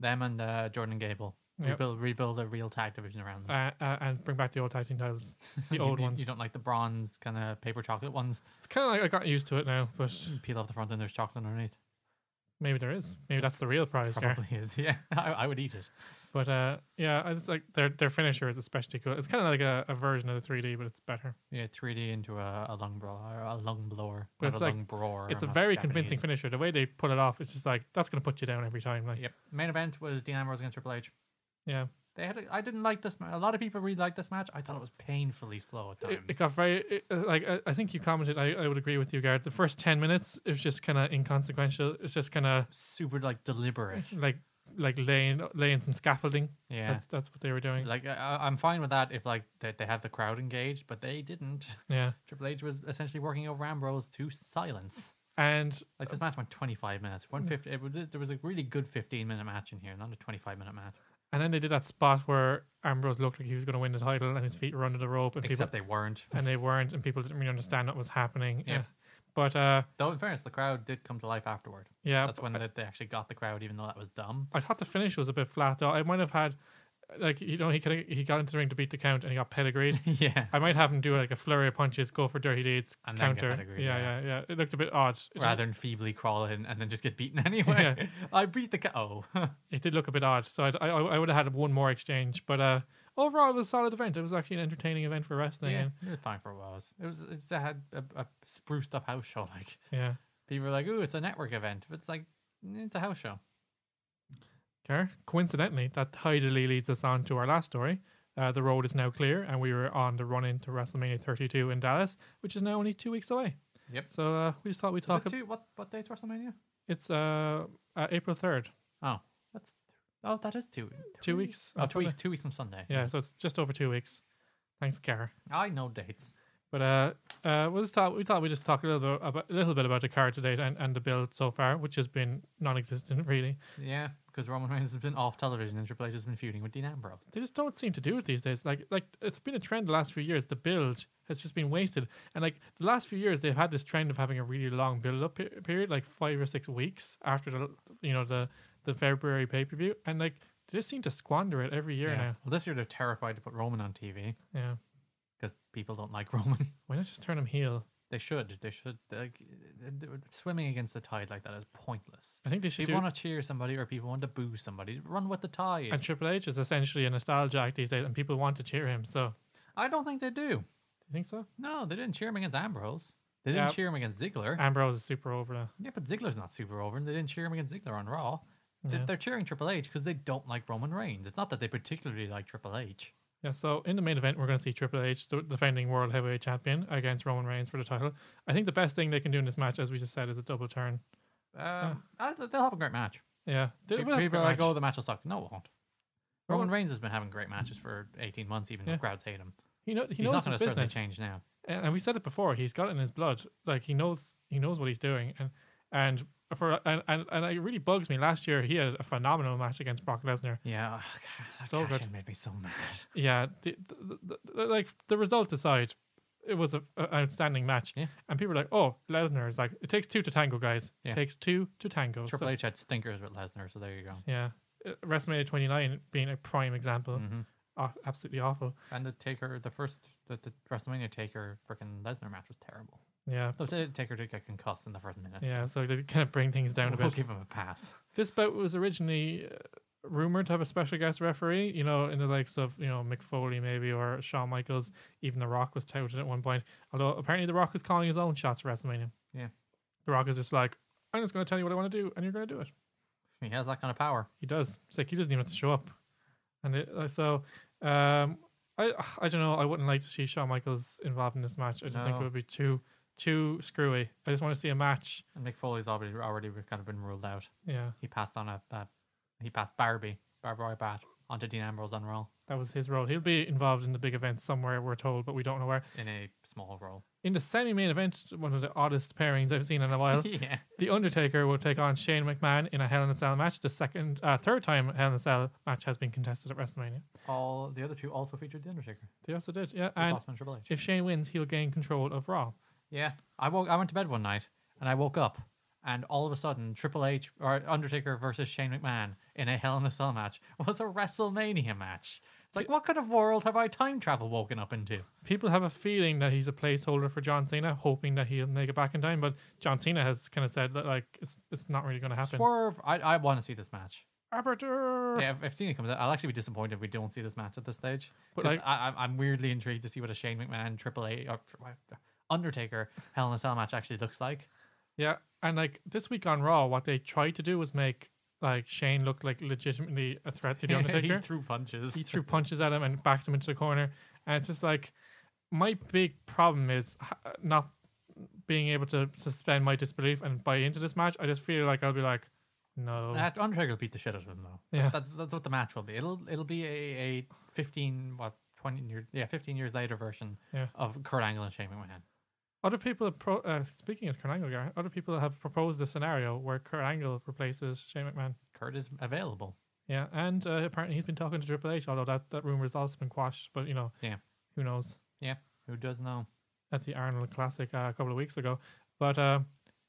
Them and uh, Jordan and Gable
Yep.
rebuild rebuild a real tag division around them.
Uh, uh, and bring back the old tag team titles, the
You-
old
you,
ones.
You don't like the bronze kind of paper chocolate ones.
It's kind of like I got used to it now, but
Peel off the front and there's chocolate underneath.
maybe there is. Maybe that's the real prize here.
Probably is. Yeah, I, I would eat it.
But uh, yeah, I just like their their finisher is especially cool. It's kind of like a, a version of the 3D, but it's better.
Yeah, 3D into a, a lung blower, a lung blower,
But
not
it's
a
like-
lung brower.
it's a
I'm not
very
Japanese.
convincing finisher. The way they pull it off, it's just like that's gonna put you down every time. Like
Yep. Main event was Dean Ambrose against Triple H.
yeah,
They had. A, I didn't like this. ma- A lot of people really liked this match. I thought it was painfully slow at times.
It, it got very it, uh, like I, I think you commented. I, I would agree with you, Garrett. The first ten minutes is just kind of inconsequential. It's just kind of
Super like deliberate.
like like laying laying some scaffolding.
Yeah.
That's that's what they were doing.
like I- I, I'm fine with that if like they, they have the crowd engaged, but they didn't.
yeah,
Triple H was essentially working over Ambrose to silence.
and
Like this match went 25 minutes. 150. It, was- there was a really good 15 minute match in here, not a 25 minute match.
and then they did that spot where Ambrose looked like he was going to win the title, and his feet were under the rope, and
Except they weren't.
people and they weren't, and people didn't really understand what was happening.
Yeah.
Uh, but uh,
Though in fairness, the crowd did come to life afterward.
yeah,
That's when they, they actually got the crowd, even though that was dumb.
I thought the finish was a bit flat. Though I might have had, like you know, he could he got into the ring to beat the count and he got pedigreed.
yeah.
I might have him do like a flurry of punches, go for dirty deeds,
And then get
counter.
pedigreed,
yeah,
yeah.
yeah, yeah, It looked a bit odd. It,
Rather than feebly crawl in and then just get beaten anyway.
Yeah.
I beat the cow. Oh.
it did look a bit odd. So I'd, I I would have had one more exchange, but uh, overall it was a solid event. It was actually an entertaining event for wrestling.
yeah.
and-
It was fine for a while. It was, it's a, had a, a spruced up house show. Like
Yeah,
people are like, ooh, it's a network event. But it's like, "Mm, it's a house show.
Ker, coincidentally, that tidily leads us on to our last story. Uh, the road is now clear, and we were on the run into WrestleMania 32 in Dallas, which is now only two weeks away.
Yep.
So uh, we just thought we'd talk.
Is
ab-
it two, what, what date's WrestleMania?
it's uh, uh April 3rd,
Oh, that's oh, that is two
two weeks.
Oh,
on
two weeks,
Sunday.
two weeks from Sunday.
Yeah, so it's just over two weeks. Thanks, Ker.
I know dates.
But uh, uh, we just thought we thought we'd just talk a little bit about a little bit about the card today and, and the build so far, which has been non-existent really.
Yeah, because Roman Reigns has been off television and Triple H has been feuding with Dean Ambrose.
They just don't seem to do it these days. Like like it's been a trend the last few years. The build has just been wasted, and like the last few years they've had this trend of having a really long build-up pe- period, like five or six weeks after the you know the the February pay-per-view, and like they just seem to squander it every year
yeah.
now.
Well, this year they're terrified to put Roman on TV
Yeah,
because people don't like Roman.
why not just turn them heel?
They should. They should. Like, swimming against the tide like that is pointless.
I think they should
People
do.
want to cheer somebody or people want to boo somebody. Run with the tide.
And Triple H is essentially a nostalgia act these days, and people want to cheer him. So, do
I don't think they do.
you think so?
No, they didn't cheer him against Ambrose. They didn't
Yeah.
cheer him against Ziggler.
Ambrose is super over now.
Yeah, but Ziggler's not super over, and they didn't cheer him against Ziggler on Raw. They-
Yeah.
They're cheering Triple H because they don't like Roman Reigns. It's not that they particularly like Triple H.
Yeah, so in the main event, we're going to see Triple H, the defending World Heavyweight Champion, against Roman Reigns for the title. I think the best thing they can do in this match, as we just said, is a double turn.
Um, I- they'll have a great match.
Yeah, They
Pe-
will have a
People
good
are like,
match.
oh, the match will suck. No, it won't. Roman
Roman-
Reigns has been having great matches for 18 months, even
Yeah.
though crowds hate him.
he, know, he
he's
knows
not
his
going to certainly
business,
change now.
and and we said it before. He's got it in his blood. Like he knows, he knows what he's doing, and and for and and, and it really bugs me. Last year, he had a phenomenal match against Brock Lesnar.
Yeah, oh, God, that
So good.
cash-in made me so mad.
Yeah, the, the, the, the- like the result aside, it was a, a- an outstanding match.
Yeah.
And people were like, "Oh, Lesnar is like it takes two to tango, guys.
Yeah.
It takes two to tango." So-
Triple H had stinkers with Lesnar, so there you go.
yeah, Uh, WrestleMania 29 being a prime example,
Mhm.
Aw- absolutely awful.
And the Taker, the first the, the WrestleMania Taker freaking Lesnar match was terrible.
Yeah,
Though the Taker did get concussed in the first minute.
yeah. So they kind of bring things down a
we'll
bit.
give him a pass.
This bout was originally uh, rumored to have a special guest referee. You know, in the likes of you know Mick Foley maybe or Shawn Michaels. Even The Rock was touted at one point. Although apparently The Rock was calling his own shots at WrestleMania.
Yeah.
The Rock is just like, I'm just going to tell you what I want to do, and you're going to do it.
He has that kind of power.
He does. It's like he doesn't even have to show up. And it, uh, so, um, I I don't know. I wouldn't like to see Shawn Michaels involved in this match. I just think it
No.
would be too too screwy. I just want to see a match.
And Mick Foley's already already kind of been ruled out.
Yeah,
He passed on a that he passed Barbie Barbara Bat onto Dean Ambrose on Raw
that was his role. He'll be involved in the big event somewhere. We're told, but we don't know where.
in a small role.
In the semi-main event, one of the oddest pairings I've seen in a while.
yeah,
The Undertaker will take on Shane McMahon in a Hell in a Cell match. The second, uh, third time Hell in a Cell match has been contested at WrestleMania.
all the other two also featured the Undertaker,
They also did, yeah.
and
And
Bossman and Triple H.
if Shane wins, he'll gain control of Raw.
Yeah, I woke. I went to bed one night and I woke up, and all of a sudden, Triple H or Undertaker versus Shane McMahon in a Hell in a Cell match was a WrestleMania match. It's like, what kind of world have I time travel woken up into?
People have a feeling that he's a placeholder for John Cena, hoping that he'll make it back in time. But John Cena has kind of said that like it's it's not really going to happen.
Swerve. I, I want to see this match.
Aperture.
Yeah, if, if Cena comes out, I'll actually be disappointed if we don't see this match at this stage.
But,
Because
like-
I, I, I'm weirdly intrigued to see what a Shane McMahon, Triple H, or Tri- Undertaker Hell in a Cell match actually looks like.
Yeah, and like this week on Raw, what they tried to do was make like Shane look like legitimately a threat to the Undertaker.
he threw punches.
he threw punches at him and backed him into the corner. And it's just like my big problem is h- not being able to suspend my disbelief and buy into this match. I just feel like I'll be like, no,
Uh, Undertaker will beat the shit out of him though.
Yeah.
that's that's what the match will be. It'll it'll be a, a fifteen what twenty year, yeah fifteen years later version
Yeah.
of Kurt Angle and Shane McMahon.
Other people, have pro- uh, speaking as Kurt Angle, Gar- other people have proposed the scenario where Kurt Angle replaces Shane McMahon.
Kurt is available.
Yeah, and uh, apparently he's been talking to Triple H, although that, that rumor has also been quashed. But you know,
Yeah.
who knows?
Yeah, who does know?
At the Arnold Classic uh, a couple of weeks ago, but uh,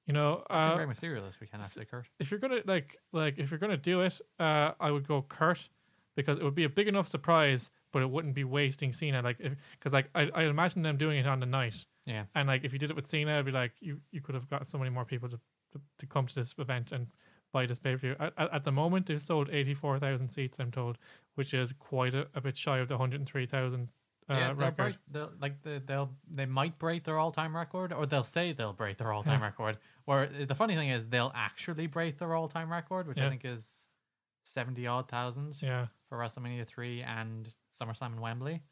you know,
Actually,
uh,
very material this weekend actually, Kurt.
if you're gonna like like if you're gonna do it, uh, I would go Kurt because it would be a big enough surprise, but it wouldn't be wasting Cena. Like because like I I imagine them doing it on the night,
Yeah,
and like if you did it with Cena, it'd be like you you could have got so many more people to to, to come to this event and buy this pay per view. At, at, at the moment, they've sold eighty four thousand seats, I'm told, which is quite a, a bit shy of the hundred and three thousand uh,
yeah. They'll break,
record.
they'll, like they, they'll they might break their all time record, or they'll say they'll break their all time record. Where the funny thing is, they'll actually break their all time record, which
Yeah.
I think is seventy odd thousand.
Yeah,
for WrestleMania 3 and SummerSlam in Wembley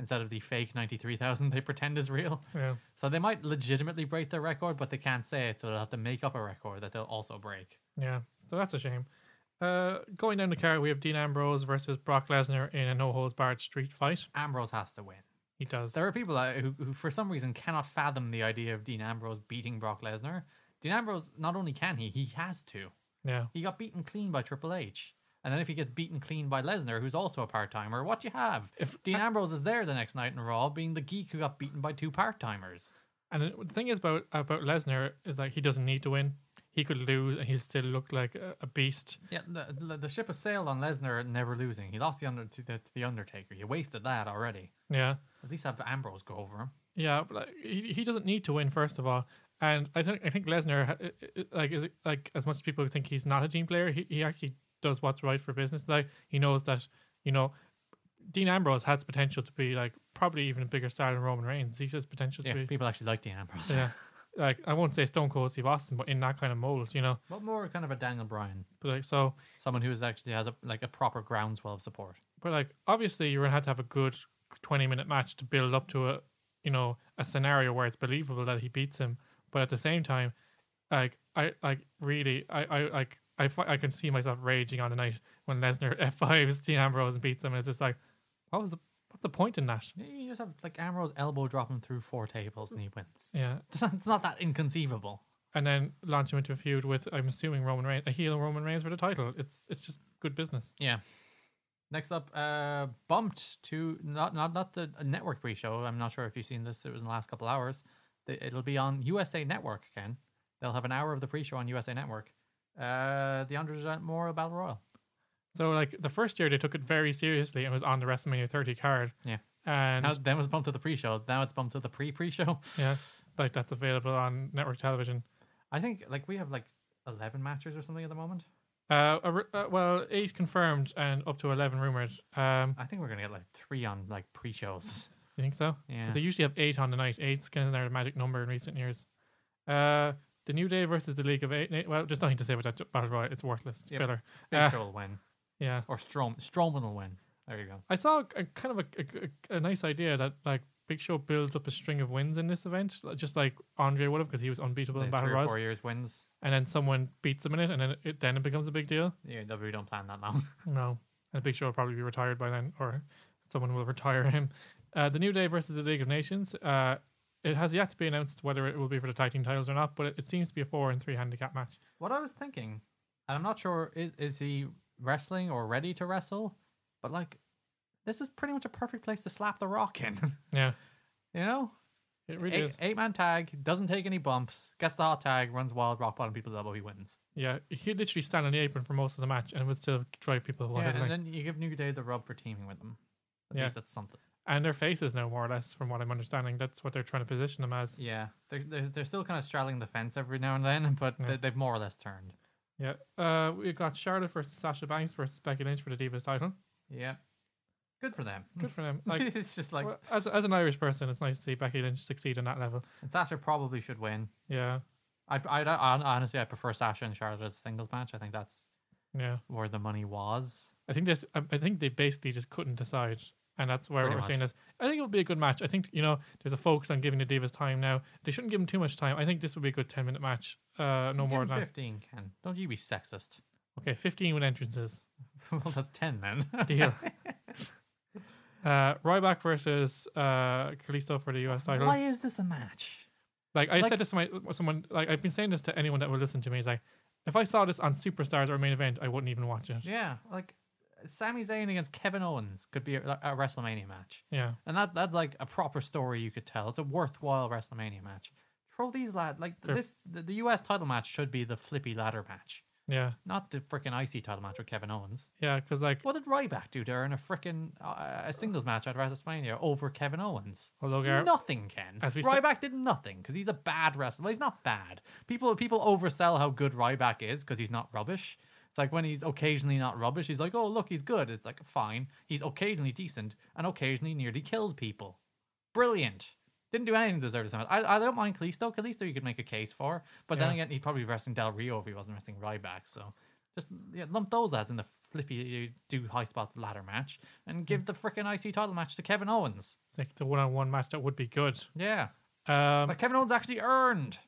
instead of the fake 93,000 they pretend is real.
yeah.
So they might legitimately break their record, but they can't say it, so they'll have to make up a record that they'll also break.
Yeah, so that's a shame. Uh, going down the card, we have Dean Ambrose versus Brock Lesnar in a no holds barred street fight.
Ambrose has to win.
He does.
There are people out who, who, for some reason, cannot fathom the idea of Dean Ambrose beating Brock Lesnar. Dean Ambrose, not only can he, he has to.
yeah,
He got beaten clean by Triple H. And then if he gets beaten clean by Lesnar, who's also a part timer, what do you have?
If-
Dean Ambrose is there the next night in Raw, being the geek who got beaten by two part timers.
and it- the thing is about about Lesnar is like he doesn't need to win. He could lose and he still look like a, a beast.
Yeah, the, the, the ship has sailed on Lesnar never losing. He lost the under to the, to the Undertaker. You wasted that already.
Yeah,
At least have Ambrose go over him.
yeah, but like, he he doesn't need to win first of all. And I think I think Lesnar ha- i- i- like is like as much as people think he's not a team player, he, he actually does what's right for business. Like he knows that you know Dean Ambrose has potential to be like probably even a bigger star than Roman Reigns. He has potential
Yeah,
to be
people actually like the Ambrose.
yeah. Like I won't say Stone Cold Steve Austin, but in that kind of mold, you know.
But more kind of a Daniel Bryan,
But like so,
someone who is actually has a like a proper groundswell of support.
but like obviously you're gonna have to have a good twenty minute match to build up to a you know a scenario where it's believable that he beats him. But at the same time, like I like really I I like I fi- I can see myself raging on the night when Lesnar F fives Dean Ambrose and beats him, and it's just like, what was the what's the point in that?
You just have like Ambrose elbow drop him through four tables and he wins.
Yeah,
It's not that inconceivable.
and then launch him into a feud with I'm assuming Roman Reigns, a heel Roman Reigns for the title. It's it's just good business.
Yeah. Next up, uh, bumped to not not not the network pre-show. I'm not sure if you've seen this. It was in the last couple hours. The- It'll be on USA Network again. They'll have an hour of the pre-show on USA Network. Uh, the Andre Moore Battle Royal.
So like the first year they took it very seriously and was on the WrestleMania 30 card.
Yeah.
And
Now, then was bumped to the pre-show. Now it's bumped to the pre-pre-show.
yeah, like that's available on network television.
I think like we have like eleven matches or something at the moment.
Uh, a r- uh, well, eight confirmed and up to 11 rumored. Um,
I think we're gonna get like three on like pre-shows.
you think so? 'Cause
Yeah.
They usually have eight on the night. Eight's kind of their magic number in recent years. Uh, The New Day versus the League of Eight. Na- Well, there's nothing to say about that battle royal. It's worthless. It's
Yep.
filler.
Big
Ah.
Show will win,
Yeah.
or Strom Strowman will win. There you go.
I saw a, kind of a, a, a nice idea that like Big Show builds up a string of wins in this event, like- just like Andre would have because he was unbeatable in
Like
battle
three or
royals,
four years wins.
and then someone beats him in it, and then it then it becomes a big deal.
Yeah, WWE don't plan that long.
No, and Big Show will probably be retired by then, or someone will retire him. Uh, the New Day versus the League of Nations. Uh, it has yet to be announced whether it will be for the tag team titles or not, but it, it seems to be a four and three handicap match.
What I was thinking, and I'm not sure is is he wrestling or ready to wrestle, but like this is pretty much a perfect place to slap the rock in.
Yeah,
you know,
it really
eight,
is.
eight man tag doesn't take any bumps, gets the hot tag, runs wild, rock bottom people's elbow, he wins.
Yeah, he literally stand on the apron for most of the match and would still drive people wild.
yeah,
like-
and then you give New Day the rub for teaming with them. At
Yeah.
least that's something.
and their faces now, more or less, from what I'm understanding. That's what they're trying to position them as.
Yeah, they're they're, they're still kind of straddling the fence every now and then, but
Yeah.
they, they've more or less turned.
Yeah. Uh, we've got Charlotte versus Sasha Banks versus Becky Lynch for the Divas title.
Yeah, good for them.
Good for them. Like,
it's just like
well, as as an Irish person, it's nice to see Becky Lynch succeed on that level.
and Sasha probably should win.
Yeah.
I I honestly I prefer Sasha and Charlotte as a singles match. I think that's
Yeah.
where the money was.
I think this. I I think they basically just couldn't decide, and that's why
Pretty
we're
much.
saying this. I think it'll be a good match. I think you know there's a focus on giving the Divas time now. They shouldn't give them too much time. I think this would be a good ten minute match. Uh, no
Give
more
him
than that.
fifteen. Ken, don't you be sexist.
Okay, fifteen with entrances.
well, that's ten then.
Deal. Uh, Ryback versus uh, Kalisto for the US title.
Why is this a match?
Like I
Like-
said this to my someone, like I've been saying this to anyone that will listen to me. It's like if I saw this on Superstars or main event, I wouldn't even watch it.
Yeah, like Sami Zayn against Kevin Owens could be a, a WrestleMania match,
Yeah,
and that that's like a proper story you could tell. It's a worthwhile WrestleMania match. Throw these lad like
Sure.
this. The, the U.S. title match should be the flippy ladder match,
yeah,
not the freaking icy title match with Kevin Owens.
yeah. Because like
What did Ryback do to earn a freaking uh, a singles match at WrestleMania over Kevin Owens?
although Gar-
Nothing, Ken.
As we said-
Ryback did nothing because he's a bad wrestler. Well, he's not bad. People people oversell how good Ryback is because he's not rubbish. It's like when he's occasionally not rubbish, he's like, "Oh, look, he's good." It's like, "Fine." He's occasionally decent and occasionally nearly kills people. Brilliant. Didn't do anything to deserve this. amount. I, I don't mind Kalisto. Kalisto you could make a case for, but then
Yeah.
again, he'd probably be wrestling Del Rio if he wasn't wrestling Ryback. So just yeah, lump those lads in the flippy you do high spots ladder match and
Hmm.
give the freaking IC title match to Kevin Owens.
like the one-on-one match that would be good.
Yeah.
Um,
Like Kevin Owens actually earned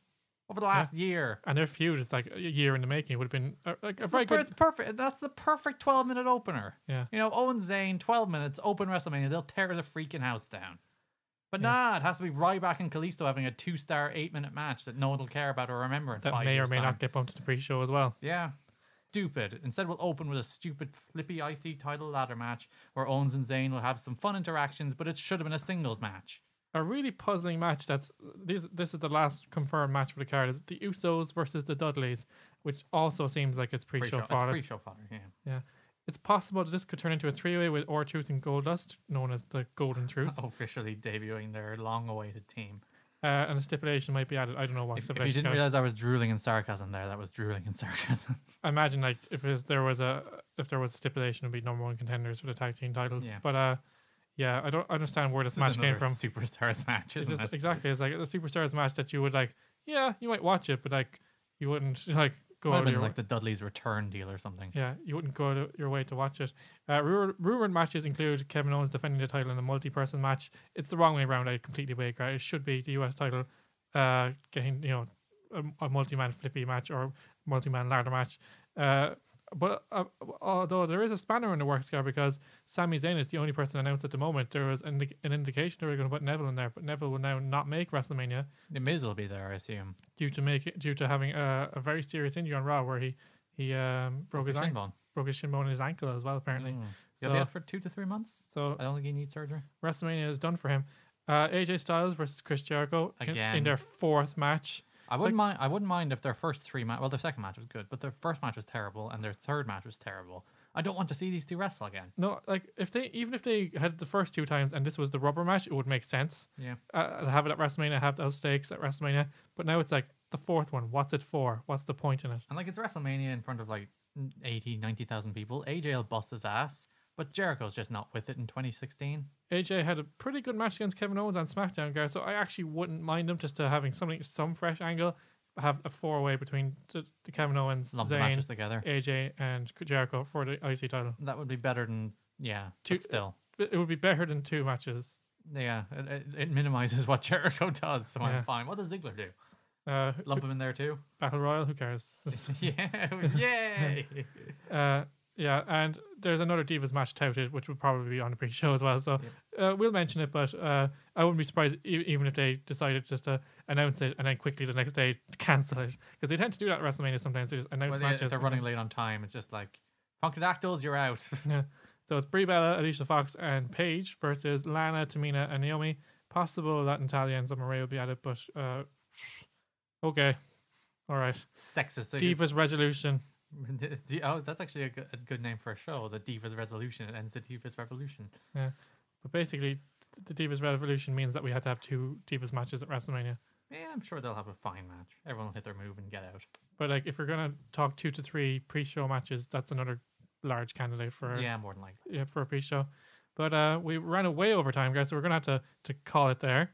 over the last year.
and their feud is like a year in the making. It would have been uh, like a
It's, the
very
per-
good.
it's perfect. That's the perfect 12 minute opener.
Yeah.
You know, Owens Zayn, 12 minutes, open WrestleMania. They'll tear the freaking house down. But nah, it has to be Ryback and Kalisto having a two star, eight minute match that no one will care about or remember in
That
five
may or
years'
may
time.
not get bumped to the pre-show as well.
Yeah. Stupid. Instead, we'll open with a stupid, flippy, icy title ladder match where Owens and Zayn will have some fun interactions, but it should have been a singles match.
A really puzzling match. That's this. This is the last confirmed match for the card. Is the Usos versus the Dudleys, which also seems like it's
Pre-show.
pre-show,
It's
fodder.
pre-show fodder. Yeah.
Yeah. It's possible that this could turn into a three way with Or Truth and Goldust, known as the Golden Truth.
Officially debuting their long-awaited team.
Uh, and a stipulation might be added. I don't know what
If, if you
stipulation.
didn't
uh,
realize I was drooling in sarcasm there, that was drooling in sarcasm.
I imagine like if it was- there was a if there was a stipulation it'd be number one contenders for the tag team titles.
Yeah.
But uh yeah, I don't understand where this,
This
match
is
came
another
from.
Superstars match,
It's
isn't
just-
it?
exactly. It's like the superstars match that you would like yeah, you might watch it, but like you wouldn't like go
Might
out
have
of
been
your
like the Dudley's return deal or something.
Yeah, you wouldn't go out of your way to watch it. Uh, rumor, rumored matches include Kevin Owens defending the title in a multi-person match. It's the wrong way around. I completely agree. It should be the US title uh, getting you know a, a multi-man flippy match or multi-man ladder match. Uh, but uh, although there is a spanner in the works here because Sami Zayn is the only person announced at the moment. There was an, an indication they were going to put Neville in there, but Neville will now not make WrestleMania
The Miz will be there, I assume.
due to make it, due to having a, a very serious injury on Raw where he he um, broke his
Shin
ankle
bone.
broke his shin bone in his ankle as well, apparently.
Mm. He'll be
So-
out for two to three months.
So
I don't think he needs surgery.
WrestleMania is done for him. Uh, AJ Styles versus Chris Jericho in- In,
Again.
their fourth match.
I wouldn't mind. I wouldn't mind if their first three match. Well, their second match was good, but their first match was terrible, and their third match was terrible. I don't want to see these two wrestle again.
No, like if they even if they had the first two times and this was the rubber match, it would make sense.
Yeah.
Uh, to have it at WrestleMania, have those stakes at WrestleMania. But now it's like the fourth one. What's it for? What's the point in it?
And like it's WrestleMania in front of like 80, 90,000 people. AJ will bust his ass, but Jericho's just not with it in 2016.
AJ had a pretty good match against Kevin Owens on SmackDown, guys. So I actually wouldn't mind them just to having something, some fresh angle. have a four way between the, the Kevin Owens,
lump the
Zayn,
matches together.
AJ, and Jericho for the IC title.
that would be better than yeah.
Two-
But still,
But It would be better than two matches.
yeah, it, it, it minimizes what Jericho does, so
Yeah.
I'm fine. What does Ziggler do?
Uh,
Lump him in there too.
Battle Royal, who cares?
yeah, yay!
uh, yeah, and there's another Divas match touted, which will probably be on the pre show as well. So uh, we'll mention it, but uh, I wouldn't be surprised e- even if they decided just to announce it and then quickly the next day cancel it. Because they tend to do that at WrestleMania sometimes. They just announce
well, yeah,
matches.
if they're
and
running late on time, it's just like Funkadactyls, you're out.
Yeah. So it's Brie Bella, Alicia Fox, and Paige versus Lana, Tamina, and Naomi. Possible that Natalia and Summer Rae will be at it, but uh, okay, all right.
Sexist.
Divas Resolution.
D- oh, that's actually a good, a good name for a show. The Divas Resolution. It ends the Divas Revolution.
But basically, the Divas Revolution means that we had to have two Divas matches at WrestleMania.
Yeah, I'm sure they'll have a fine match. Everyone will hit their move and get out.
But like, if we're gonna talk two to three pre-show matches, that's another large candidate for
Yeah, more than likely.
yeah, for a pre-show. But uh, we ran away over time, guys, so we're gonna have to to call it there.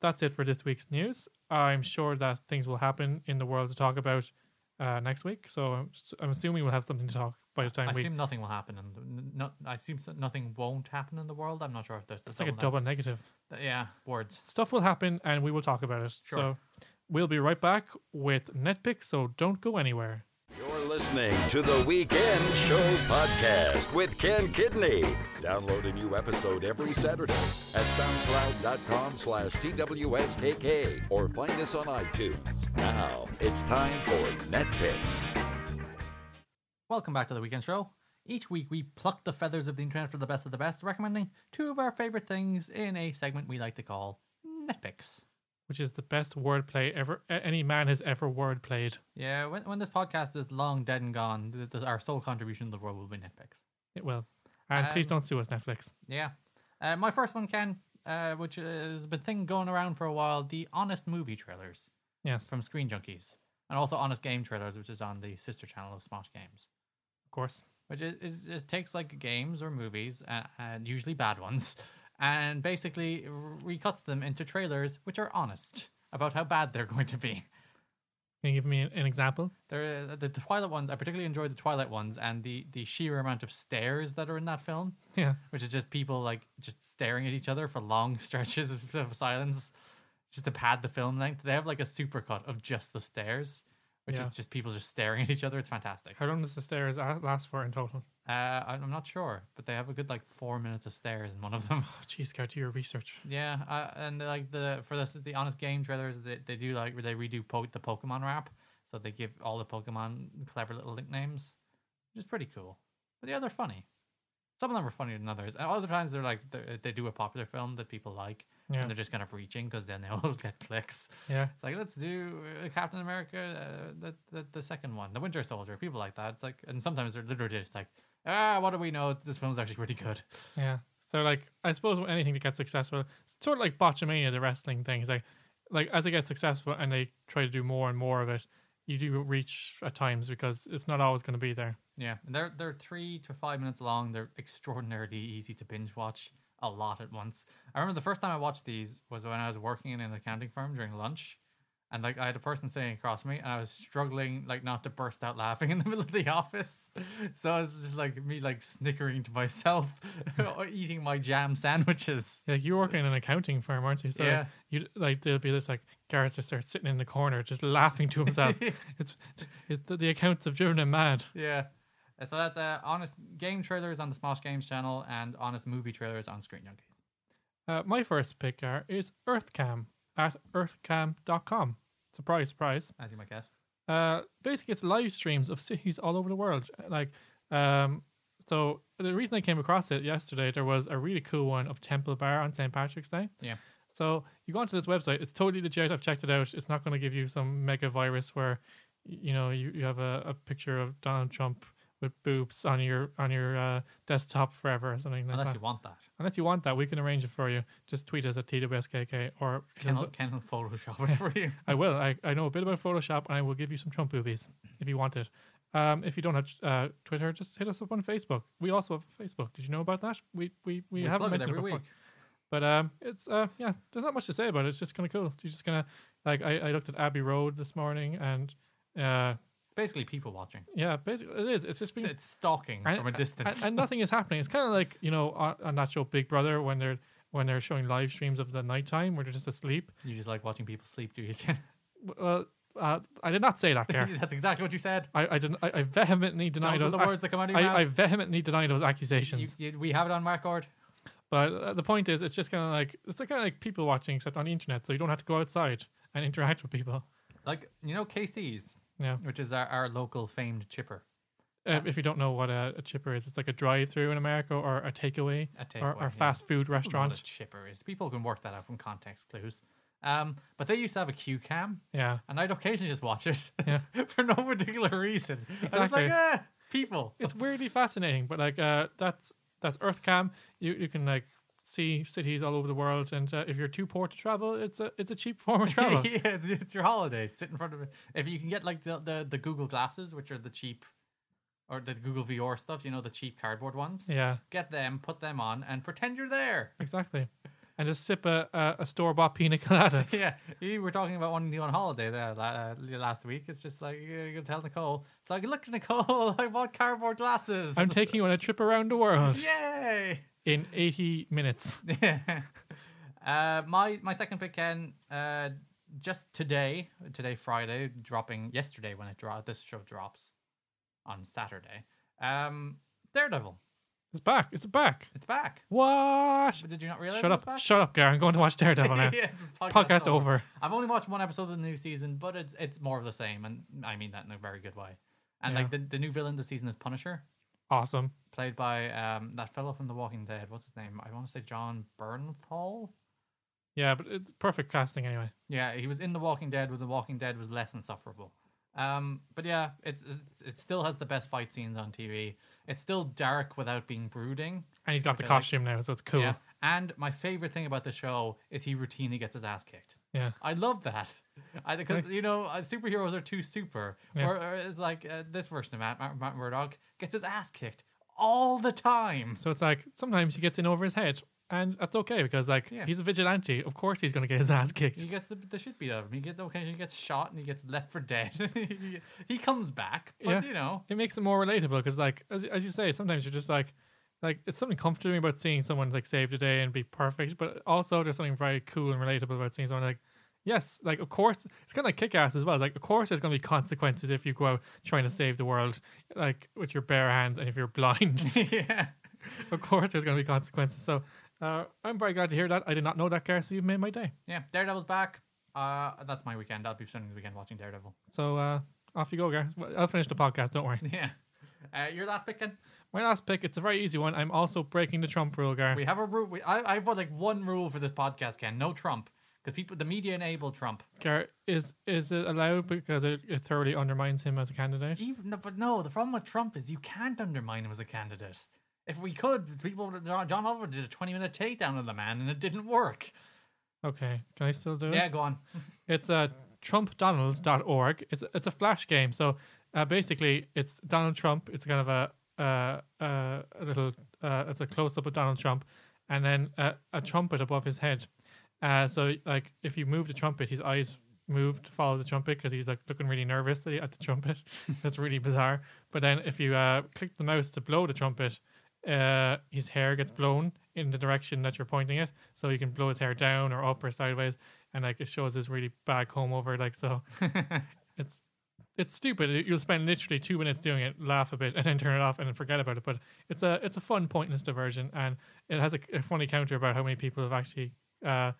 That's it for this week's news. I'm sure that things will happen in the world to talk about uh, next week. So I'm, s- I'm assuming we'll have something to talk by the time
I
we.
assume nothing will happen, and no, I assume so- nothing won't happen in the world. I'm not sure if there's
It's like a
someone that-
double negative.
th- Yeah, words.
Stuff will happen, and we will talk about it.
Sure.
So we'll be right back with Netpick. So don't go anywhere.
You're listening to the Weekend Show podcast with Ken Kidney. Download a new episode every Saturday at soundcloud.com slash TWSKK or find us on iTunes. Now it's time for NetPicks.
Welcome back to the weekend show. Each week we pluck the feathers of the internet for the best of the best, recommending two of our favorite things in a segment we like to call netpicks.
which is the best wordplay ever a- any man has ever word played.
Yeah, when, when this podcast is long dead and gone, th- th- our sole contribution to the world will be netpicks.
It will. And please
Um,
don't sue us, Netflix.
Yeah. Uh, my first one, Ken, uh, which has been thing going around for a while, the honest movie trailers
Yes, of
from Screen Junkies, and also honest game trailers, which is on the sister channel of Smosh Games.
course.
which is, is it takes like games or movies uh, and usually bad ones and basically recuts them into trailers which are honest about how bad they're going to be
Can you give me an, an example?
there, the twilight ones i particularly enjoyed the twilight ones and the, the sheer amount of stares that are in that film
Yeah.
which is just people like just staring at each other for long stretches of, of silence just to pad the film length they have like a supercut of just the stares which
Yeah.
is just people just staring at each other it's fantastic
How long does the stairs a- last for in total?
uh, I- i'm not sure but they have a good like four minutes of stares in one of them
Oh, jeez, go do your research.
Yeah, uh, and like the for this the honest game trailers they, they do like they redo po- the Pokemon rap, so they give all the Pokemon clever little nicknames, which is pretty cool. But yeah, they're funny. Some of them are funnier than others, and other times they're like they they do a popular film that people like,
Yeah.
and they're just kind of reaching because then they'll get clicks.
Yeah.
It's like let's do uh, Captain America, uh, the, the the second one, the Winter Soldier. People like that. It's like, and sometimes they're literally just like, ah, what do we know? This film's actually pretty good.
Yeah. So, like, I suppose with anything that gets successful, it's sort of like Botchamania, the wrestling thing. It's like, like as it gets successful and they try to do more and more of it, you do reach at times because it's not always going to be there.
Yeah, and they're they're three to five minutes long. They're extraordinarily easy to binge watch a lot at once. I remember the first time I watched these was when I was working in an accounting firm during lunch, and like I had a person sitting across me, and I was struggling like not to burst out laughing in the middle of the office. So I was just like me like snickering to myself, or eating my jam sandwiches.
Yeah, Like you work in an accounting firm, aren't you? So
Yeah.
you like there'll be this like Gareth just starts sitting in the corner just laughing to himself. it's it's the, the accounts have driven him mad.
Yeah. Uh, So that's uh, honest game trailers on the Smosh Games channel and honest movie trailers on Screen Junkies.
Uh, my first pick are is Earthcam at earthcam.com. Surprise, surprise.
As you might guess.
Uh, basically, it's live streams of cities all over the world. uh, Like, um, so the reason I came across it yesterday, there was a really cool one of Temple Bar on St. Patrick's Day.
Yeah.
So you go onto this website. It's totally legit. I've checked it out. It's not going to give you some mega virus where, y- you know, you, you have a, a picture of Donald Trump with boobs on your on your uh, desktop forever or something like
Unless
that.
you want that.
Unless you want that, we can arrange it for you. Just tweet us at TWSKK or
Ken will, Ken will Photoshop it for you.
I will. I, I know a bit about Photoshop and I will give you some Trump boobies if you want it. Um, if you don't have uh, Twitter, just hit us up on Facebook. We also have a Facebook. Did you know about that? We we, we,
We
haven't
plug it
mentioned it
every
before.
week.
But um, it's uh, yeah, there's not much to say about it. It's just kind of cool. You're just gonna Like I, I looked at Abbey Road this morning, and uh,
Basically, people watching.
yeah, basically it is. It's just
It's,
been
it's stalking
and-
from a
and-
distance.
and, nothing is happening. It's kind of like you know on, on that show Big Brother when they're when they're showing live streams of the nighttime where they're just asleep.
you just like watching people sleep, do you? Ken?
Well, uh, I did not say that, Care.
That's exactly what you said.
I I, didn't, I I vehemently denied
Those are the
I-
words that come out of your
I, I
mouth.
vehemently deny those
You,
accusations.
you, we have it on record.
But uh, the point is, it's just kind of like it's kind of like people watching, except on the internet, so you don't have to go outside and interact with people.
Like you know, KC's,
Yeah,
which is our, our local famed chipper.
if, if you don't know what a, a chipper is, it's like a drive-through in America or a takeaway,
A
or, or
takeaway, yeah.
fast food
People know what
restaurant.
a chipper is. People can work that out from context clues. Um, but they used to have a Q cam,
Yeah,
and I'd occasionally just watch it
Yeah.
for no particular reason. I was
Exactly.
like, eh, people.
it's weirdly fascinating. But like uh, that's that's EarthCam. You you can like see cities all over the world, and uh, if you're too poor to travel, it's a it's a cheap form of travel.
yeah, it's, it's your holiday. Sit in front of it. If you can get like the, the the Google glasses, which are the cheap, or the Google VR stuff, you know, the cheap cardboard ones.
yeah,
Get them, put them on, and pretend you're there.
exactly. And just sip a, a, a store-bought pina colada.
yeah, you were talking about wanting to go on holiday there la- uh, last week. It's just like you're gonna tell Nicole. It's like, look, Nicole, I bought cardboard glasses.
I'm taking you on a trip around the world
Yay!
in 80 minutes.
uh, my my second pick, Ken. Uh, just today, today Friday, dropping yesterday when it dro- this show drops on Saturday. Um, Daredevil,
It's back. It's back.
it's back.
What?
But did you not realize?
Shut
it was
up.
back?
Shut up, Gary. I'm going to watch Daredevil now.
Yeah,
Podcast over.
I've only watched one episode of the new season, but it's it's more of the same, and I mean that in a very good way. And
Yeah.
like the, the new villain this season is Punisher,
Awesome.
played by um that fellow from The Walking Dead. What's his name? I want to say John Bernthal.
Yeah, but it's perfect casting anyway.
Yeah, he was in The Walking Dead, when The Walking Dead was less insufferable. Um, but yeah, it's, it's it still has the best fight scenes on TV. It's still dark without being brooding.
And he's got the
I like.
costume now, so it's cool.
Yeah,
Yeah.
and my favorite thing about the show is he routinely gets his ass kicked. I love that. I because you know uh, superheroes are too super.
Yeah.
Or, or it's like uh, this version of Matt, Matt, Matt Murdock gets his ass kicked all the time.
So it's like sometimes he gets in over his head, and that's okay because, like,
Yeah.
he's a vigilante. Of course he's going to get his ass kicked.
He gets the, the shit beat out of him. He gets occasionally gets shot and he gets left for dead. he, he comes back, but
Yeah.
you know,
It makes it more relatable because, like, as, as you say, sometimes you're just like, like it's something comforting about seeing someone like save the day and be perfect, but also there's something very cool and relatable about seeing someone like, yes, like of course it's kind of like kick ass as well. It's like of course there's going to be consequences if you go out trying to save the world like with your bare hands and if you're blind,
yeah.
of course there's going to be consequences. So uh, I'm very glad to hear that. I did not know that, Gar, so you've made my day.
Yeah, Daredevil's back. Uh, that's my weekend. I'll be spending the weekend watching Daredevil.
So uh, off you go, Gar. Well, I'll finish the podcast. Don't worry.
Yeah. Uh, your last pick, Ken?
My last pick. It's a very easy one. I'm also breaking the Trump rule, Gar.
We have a rule. We, I, I've got like one rule for this podcast, Ken. No Trump. Because people, the media enable Trump.
Garrett, is is it allowed because it, it thoroughly undermines him as a candidate?
Even no, but no, the problem with Trump is you can't undermine him as a candidate. If we could, people would- John, John Oliver did a twenty-minute takedown of the man, and it didn't work.
Okay, can I still do it?
Yeah, go on.
It's uh, TrumpDonald.org. It's it's a flash game. So uh, basically, it's Donald Trump. It's kind of a uh, uh, a little uh, it's a close up of Donald Trump, and then uh, a trumpet above his head. Uh, so like if you move the trumpet, his eyes move to follow the trumpet because he's like looking really nervously at the trumpet. That's really bizarre. But then if you uh, click the mouse to blow the trumpet, uh, his hair gets blown in the direction that you're pointing it, so you can blow his hair down or up or sideways, and like it shows his really bad comb over. Like so, it's it's stupid. You'll spend literally two minutes doing it, laugh a bit, and then turn it off and then forget about it. But it's a it's a fun pointless diversion, and it has a, a funny counter about how many people have actually uh,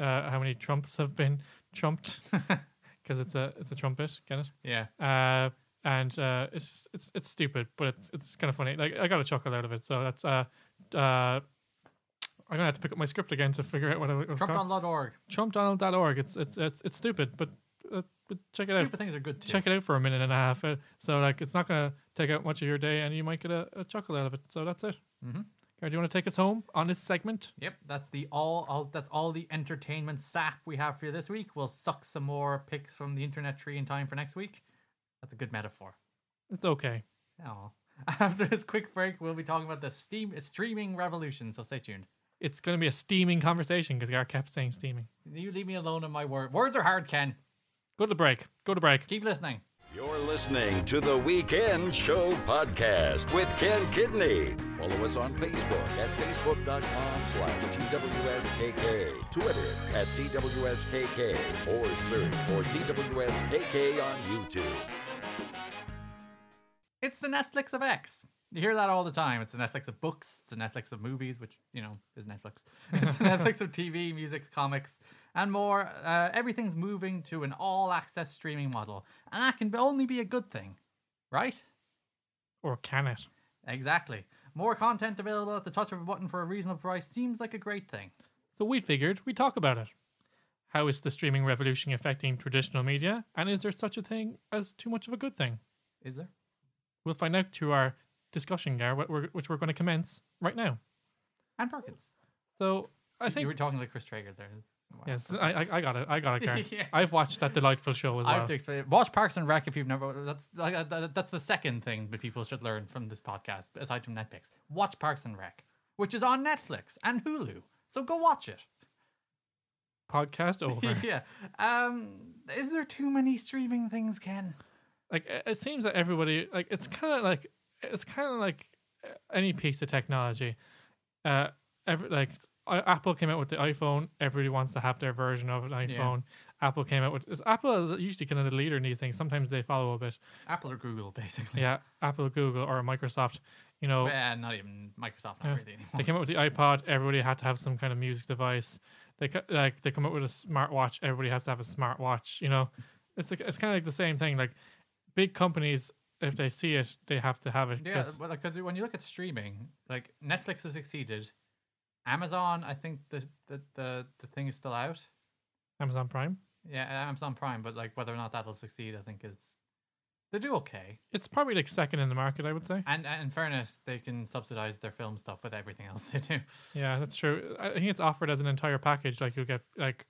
uh, how many trumps have been trumped because it's a it's a trumpet. Get it?
Yeah,
uh, and uh, it's just, it's it's stupid, but it's it's kind of funny. Like I got a chuckle out of it, so that's uh, uh, I'm gonna have to pick up my script again to figure out what it was
Trump
called.
on .org.
TrumpDonald.org. It's it's it's it's stupid, but uh, but check it out.
Stupid things are good too.
Check it out for a minute and a half. Uh, so like it's not gonna take out much of your day, and you might get a, a chuckle out of it. So that's it.
Mhm.
Gary, do you want to take us home on this segment?
Yep, that's the all, all. That's all the entertainment sap we have for you this week. We'll suck some more picks from the internet tree in time for next week. That's a good metaphor.
It's okay.
Oh. After this quick break, we'll be talking about the steam streaming revolution. So stay tuned.
It's going to be a steaming conversation because Gar kept saying steaming.
You leave me alone in my word. Words are hard, Ken.
Go to break. Go to break.
Keep listening.
You're listening to the Weekend Show podcast with Ken Kidney. Follow us on Facebook at facebook.com slash TWSKK, Twitter at TWSKK, or search for TWSKK on YouTube.
It's the Netflix of X. You hear that all the time. It's the Netflix of books. It's the Netflix of movies, which you know is Netflix. It's the Netflix of TV, music, comics, and more. Uh, everything's moving to an all-access streaming model, and that can only be a good thing, right?
Or can it?
Exactly. More content available at the touch of a button for a reasonable price seems like a great thing.
So we figured we'd talk about it. How is the streaming revolution affecting traditional media? And is there such a thing as too much of a good thing?
Is there?
We'll find out through our discussion, Gar, what we're, which we're going to commence right now.
And Perkins.
So I
You- you
think.
were talking like Chris Traeger there.
Yes, I, I, I got it. I got it, Gar.
Yeah.
I've watched that delightful show as
I
well.
have to explain. it. Watch Parks and Rec if you've never. That's like, that- that's the second thing that people should learn from this podcast, aside from Netflix. Watch Parks and Rec, which is on Netflix and Hulu. So go watch it.
Podcast over.
yeah. Um, is there too many streaming things, Ken?
like it- it seems that everybody like it's kind of like it's kind of like uh, any piece of technology uh every like I- apple came out with the iphone everybody wants to have their version of an iphone apple came out with is apple is usually kind of the leader in these things sometimes they follow a bit
Apple or Google, basically.
yeah apple google or microsoft you know
Uh, not even Microsoft, not
Yeah.
really anymore.
they came out with the ipod everybody had to have some kind of music device they co- like they come out with a smartwatch everybody has to have a smartwatch you know it's like, it's kind of like the same thing like big companies if they see it they have to have it
Yeah,
'cause-
well, because when you look at streaming, like Netflix has succeeded. Amazon, I think the the the, the thing is still out.
Amazon Prime.
Yeah, Amazon Prime, but like whether or not that'll succeed, I think is they do okay.
It's probably like second in the market, I would say.
And, and in fairness, they can subsidize their film stuff with everything else they do.
Yeah, that's true. I I think it's offered as an entire package. Like you'll get like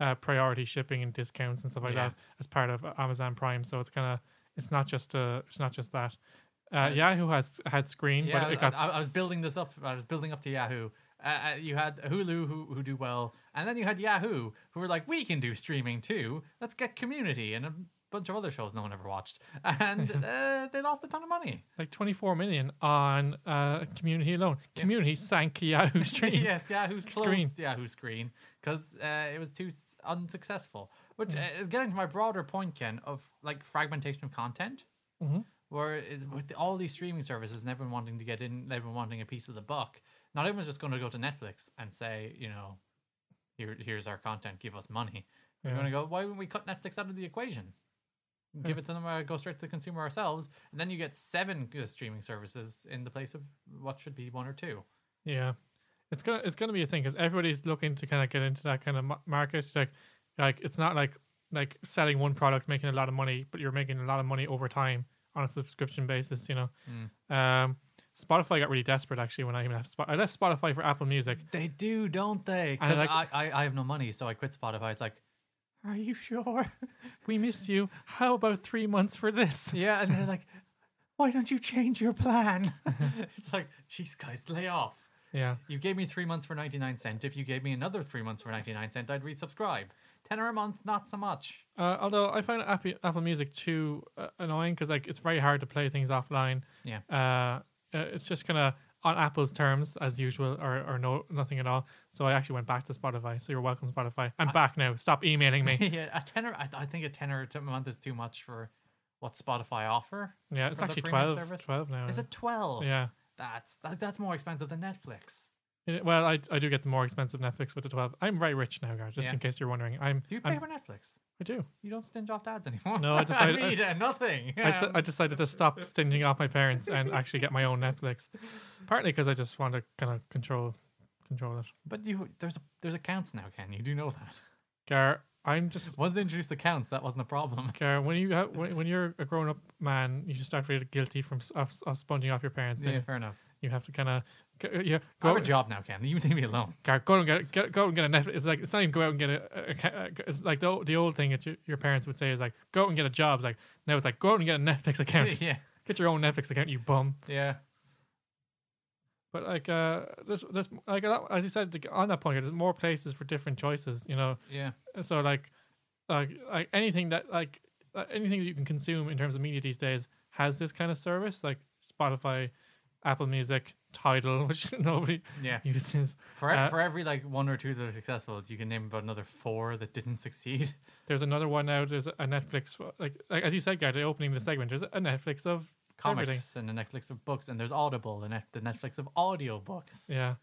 uh, priority shipping and discounts and stuff like
Yeah.
that as part of uh, Amazon Prime. So it's kind of it's not just uh it's not just that. Uh, Yahoo has had Screen,
Yeah,
but
I,
it got
I, I was building this up. I was building up to Yahoo. Uh, uh, you had Hulu who who do well, and then you had Yahoo who were like, we can do streaming too. Let's get Community and a bunch of other shows no one ever watched, and uh, they lost a ton of money.
like 24 million on uh, Community alone. Community sank Yahoo Stream.
yes, Yahoo closed
Screen.
Yahoo Screen because uh, it was too s- unsuccessful. Which
Mm-hmm.
uh, is getting to my broader point, Ken, of like fragmentation of content,
Mhm.
where is with all these streaming services and everyone wanting to get in, everyone wanting a piece of the buck. Not everyone's just going to go to Netflix and say, you know, here here's our content, give us money. They're
Yeah.
going to go, why wouldn't we cut Netflix out of the equation? Give it to them, uh, go straight to the consumer ourselves, and then you get seven uh, streaming services in the place of what should be one or two.
Yeah, it's gonna it's gonna be a thing because everybody's looking to kind of get into that kind of ma- market. Like, like it's not like like selling one product making a lot of money, but you're making a lot of money over time on a subscription basis. You know,
Mm.
um, Spotify got really desperate actually when I even left. Spot- I left Spotify for Apple Music.
They do, don't they?
And
Because
like-
I, I, I have no money, so I quit Spotify. It's like, are you sure?
We miss you. How about three months for this?
yeah, and they're like, why don't you change your plan? it's like, jeez, guys, lay off.
Yeah,
You gave me three months for 99 cent. If you gave me another three months for 99 cent, I'd resubscribe. Tenner a month, not so much.
uh, although I find Apple, Apple Music too uh, annoying because like it's very hard to play things offline.
Yeah.
uh, uh, it's just kind of on Apple's terms as usual, or, or no, nothing at all. So I actually went back to Spotify. So you're welcome, Spotify. I'm back now. Stop emailing me.
yeah, a tenner, I, I think a tenner a month is too much for what Spotify offer.
Yeah, it's
For the
actually
premium
12,
service?
12 now.
Is it 12?
Uh, Yeah.
That's, that, that's more expensive than Netflix.
It- well, I, I do get the more expensive Netflix with the 12. I'm very rich now, guys, just
Yeah.
in case you're wondering. I'm,
Do you pay
I'm
for Netflix?
I do.
You don't stinge off dads anymore.
No, I decided-
I mean, uh, nothing.
I, s- I decided to stop stinging off my parents and actually get my own Netflix. Partly because I just want to kind of control control it.
but you, there's a, there's accounts now, Ken. You do know that.
Gar, I'm just
Once they introduced accounts, that wasn't a problem.
Gar, when you ha- when, when you're a grown up man, you should start feeling guilty from s- of, of sponging off your parents.
Yeah,
and
fair enough.
You have to kind of yeah
I
go
have a job now, Ken. You leave me alone.
Gar, go and get, get go and get a Netflix. It's like it's not even go out and get a. a, a- a- it's like the old, the old thing that your, your parents would say is like go out and get a job. It's like now it's like go out and get a Netflix account.
yeah,
Get your own Netflix account, you bum.
yeah.
But like uh, this, this like a lot- as you said like, on that point, there's more places for different choices. You know,
Yeah.
so like, like like anything that like uh, anything that you can consume in terms of media these days has this kind of service, like Spotify, Apple Music, Tidal, which nobody
Yeah.
uses.
For,
Uh,
for every like one or two that are successful, you can name about another four that didn't succeed.
There's another one now. There's a Netflix, like, like as you said, Gary, opening the segment. There's a Netflix of
Comics
everything.
and the Netflix of books, and there's Audible and the Netflix of audiobooks.
Yeah.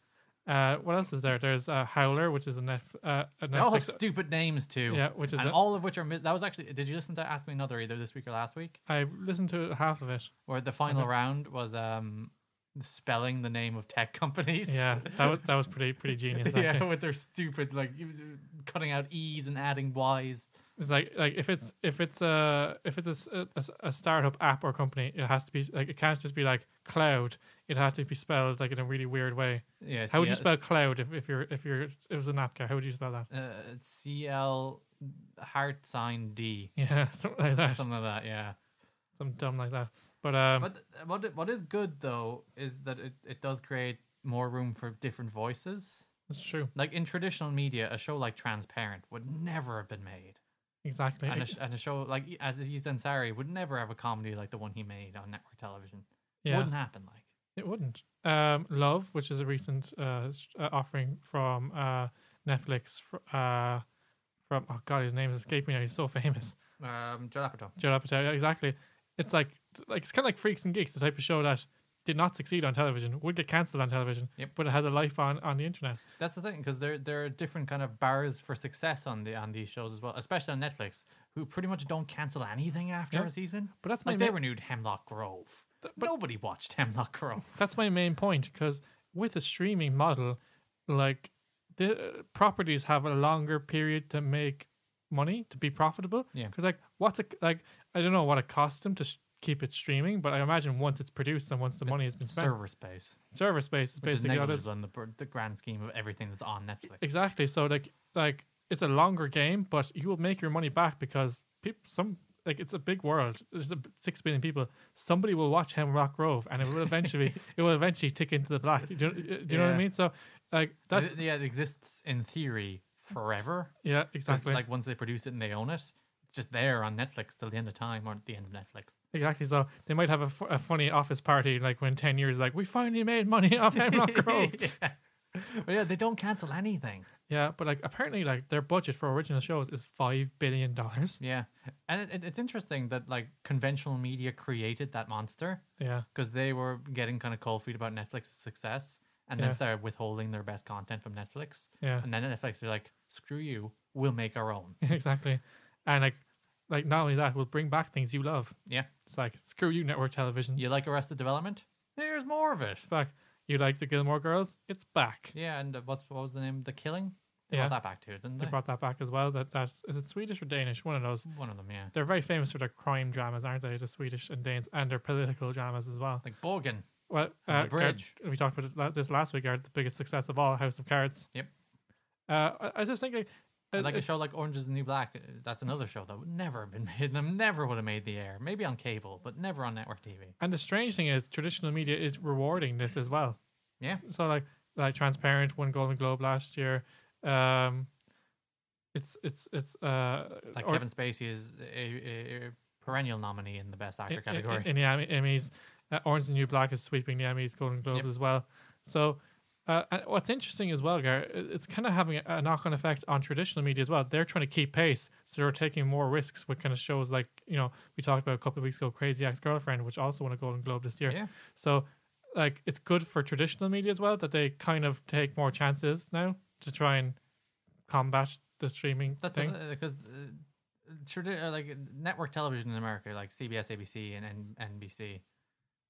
Uh, what else is there? There's uh, Howler, which is a, Netf- uh, a
They all have
Netflix.
stupid names too.
Yeah, which is
and
a-
all of which are mi- that was actually. Did you listen to Ask Me Another either this week or last week?
I listened to half of it.
Where the final
it-
round was um spelling the name of tech companies.
Yeah, that was that was pretty pretty genius. Actually,
yeah, with their stupid like you- cutting out e's and adding y's.
it's like like if it's if it's a if it's a s- a, s- a startup app or company, it has to be like it can't just be like cloud. It has to be spelled like in a really weird way.
Yeah.
How would you
CS
spell cloud if, if you're if you're it was an app? How would you spell that?
uh, C L heart sign D,
Yeah, something like that. Some,
something like that. Yeah.
dumb like that. But um,
But th- what i- what is good though is that it, it does create more room for different voices.
it's true.
Like in traditional media, a show like Transparent would never have been made,
Exactly.
and a, sh- and a show like Y- Aziz Ansari would never have a comedy like the one he made on network television.
yeah,
Wouldn't happen. Like
it wouldn't. Um, Love, which is a recent uh, s- uh, offering from uh, Netflix, fr- uh, from oh god, his name is escaping me now. He's so famous.
um, Judd Apatow.
Judd Apatow. Yeah, exactly. It's like like it's kind of like Freaks and Geeks, the type of show that did not succeed on television, would get cancelled on television,
Yep.
but it has a life on on the internet.
That's the thing because there there are different kind of bars for success on the on these shows as well, especially on Netflix, who pretty much don't cancel anything after
Yeah.
a season.
But that's my
Like they
main-
renewed Hemlock Grove. Nobody watched Hemlock Grove.
That's my main point because with a streaming model, like the uh, properties have a longer period to make money to be profitable.
Yeah.
Because like what's it like? I don't know what it costs them to sh- keep it streaming, but I imagine once it's produced and once the money has been spent,
Server space,
server space is
which is
basically all it is.
negligible in the, br- the grand scheme of everything that's on Netflix.
Exactly. So like like it's a longer game, but you will make your money back because people some like it's a big world. There's a, b- six billion people. Somebody will watch Hemlock Grove, and it will eventually it will eventually tick into the black. Do, you- do you know what
Yeah.
I mean? So like that's
It- yeah, it exists in theory forever.
yeah
'cause,
exactly
Like once they produce it and they own it, it's just there on Netflix till the end of time or at the end of Netflix.
exactly. So they might have a, fu- a funny office party like when ten years like we finally made money off Hemlock Grove.
yeah. But yeah, they don't cancel anything.
yeah, but like apparently like their budget for original shows is five billion dollars.
Yeah, and it, it, it's interesting that like conventional media created that monster
Yeah,
because they were getting kind of cold feet about Netflix's success, and then
Yeah.
started withholding their best content from Netflix.
yeah.
And then Netflix are like, "Screw you, we'll make our own."
exactly. And like, like not only that, we'll bring back things you love.
Yeah,
It's like screw you, network television.
you like Arrested Development? There's more of it.
It's back. You like the Gilmore Girls? It's back.
Yeah, and uh, what's what was the name? The Killing. They
Yeah.
brought that back too, didn't they?
They brought that back as well. That that's is it Swedish or Danish? One of those.
One of them, yeah.
They're very famous for their crime dramas, aren't they? The Swedish and Danes and their political dramas as well.
Like Borgen.
Well,
And The
uh, Gar-
Bridge.
we talked about it la- this last week. Are the biggest success of all House of Cards?
Yep.
Uh, I, I just think like,
And like a
Uh, it's-
show like Orange is the New Black, uh, that's another show that would never have been made. Them never would have made the air. Maybe on cable, but never on network TV.
And the strange thing is, traditional media is rewarding this as well.
Yeah.
So like like Transparent won Golden Globe last year. Um, it's it's it's uh
Like
or-
Kevin Spacey is a, a, a perennial nominee in the Best
in-
Actor
in-
category.
in, the Emmy- Emmys. Uh, Orange is the New Black is sweeping the Emmys, Golden Globes
Yep.
as well. So. Uh, and what's interesting as well, Gar, it's kind of having a- a knock-on effect on traditional media as well. They're trying to keep pace, so they're taking more risks with kind of shows like you know we talked about a couple of weeks ago, Crazy Ex-Girlfriend, which also won a Golden Globe this year.
yeah,
So, like, it's good for traditional media as well that they kind of take more chances now to try and combat the streaming
that's uh,
thing.
because uh, tradi- uh, like network television in America, like CBS, ABC, and N- NBC,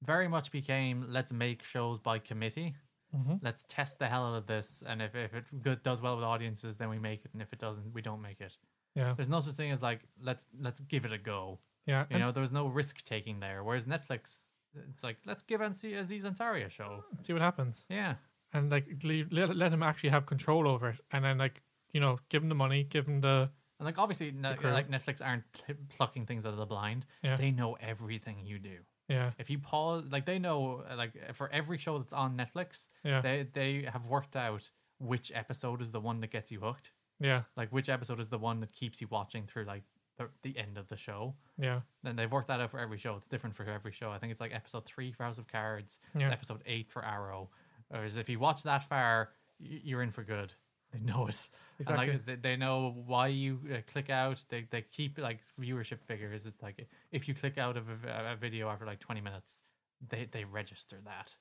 very much became let's make shows by committee.
Mhm.
Let's test the hell out of this, and if, if it good, does well with audiences, then we make it, and if it doesn't, we don't make it.
Yeah,
There's no such thing as like let's let's give it a go.
yeah,
You
and
know, there was no risk taking there. Whereas Netflix, it's like let's give Ansi- Aziz Ansari a show.
see what happens,
Yeah,
and like leave, let let him actually have control over it, and then like you know give him the money, give him the
and like obviously, ne-
crew.
like Netflix aren't pl- plucking things out of the blind.
Yeah.
They know everything you do.
Yeah.
If you pause, like they know, like for every show that's on Netflix,
Yeah.
they they have worked out which episode is the one that gets you hooked.
Yeah.
Like which episode is the one that keeps you watching through like the, the end of the show.
Yeah.
Then they've worked that out for every show. It's different for every show. I think it's like episode three for House of Cards. it's
Yeah.
episode eight for Arrow. Whereas if you watch that far, y- you're in for good. They know it. And,
Exactly.
like they, they know why you uh, click out. They they keep like viewership figures. It's like if you click out of a, v- a video after like 20 minutes, they they register that.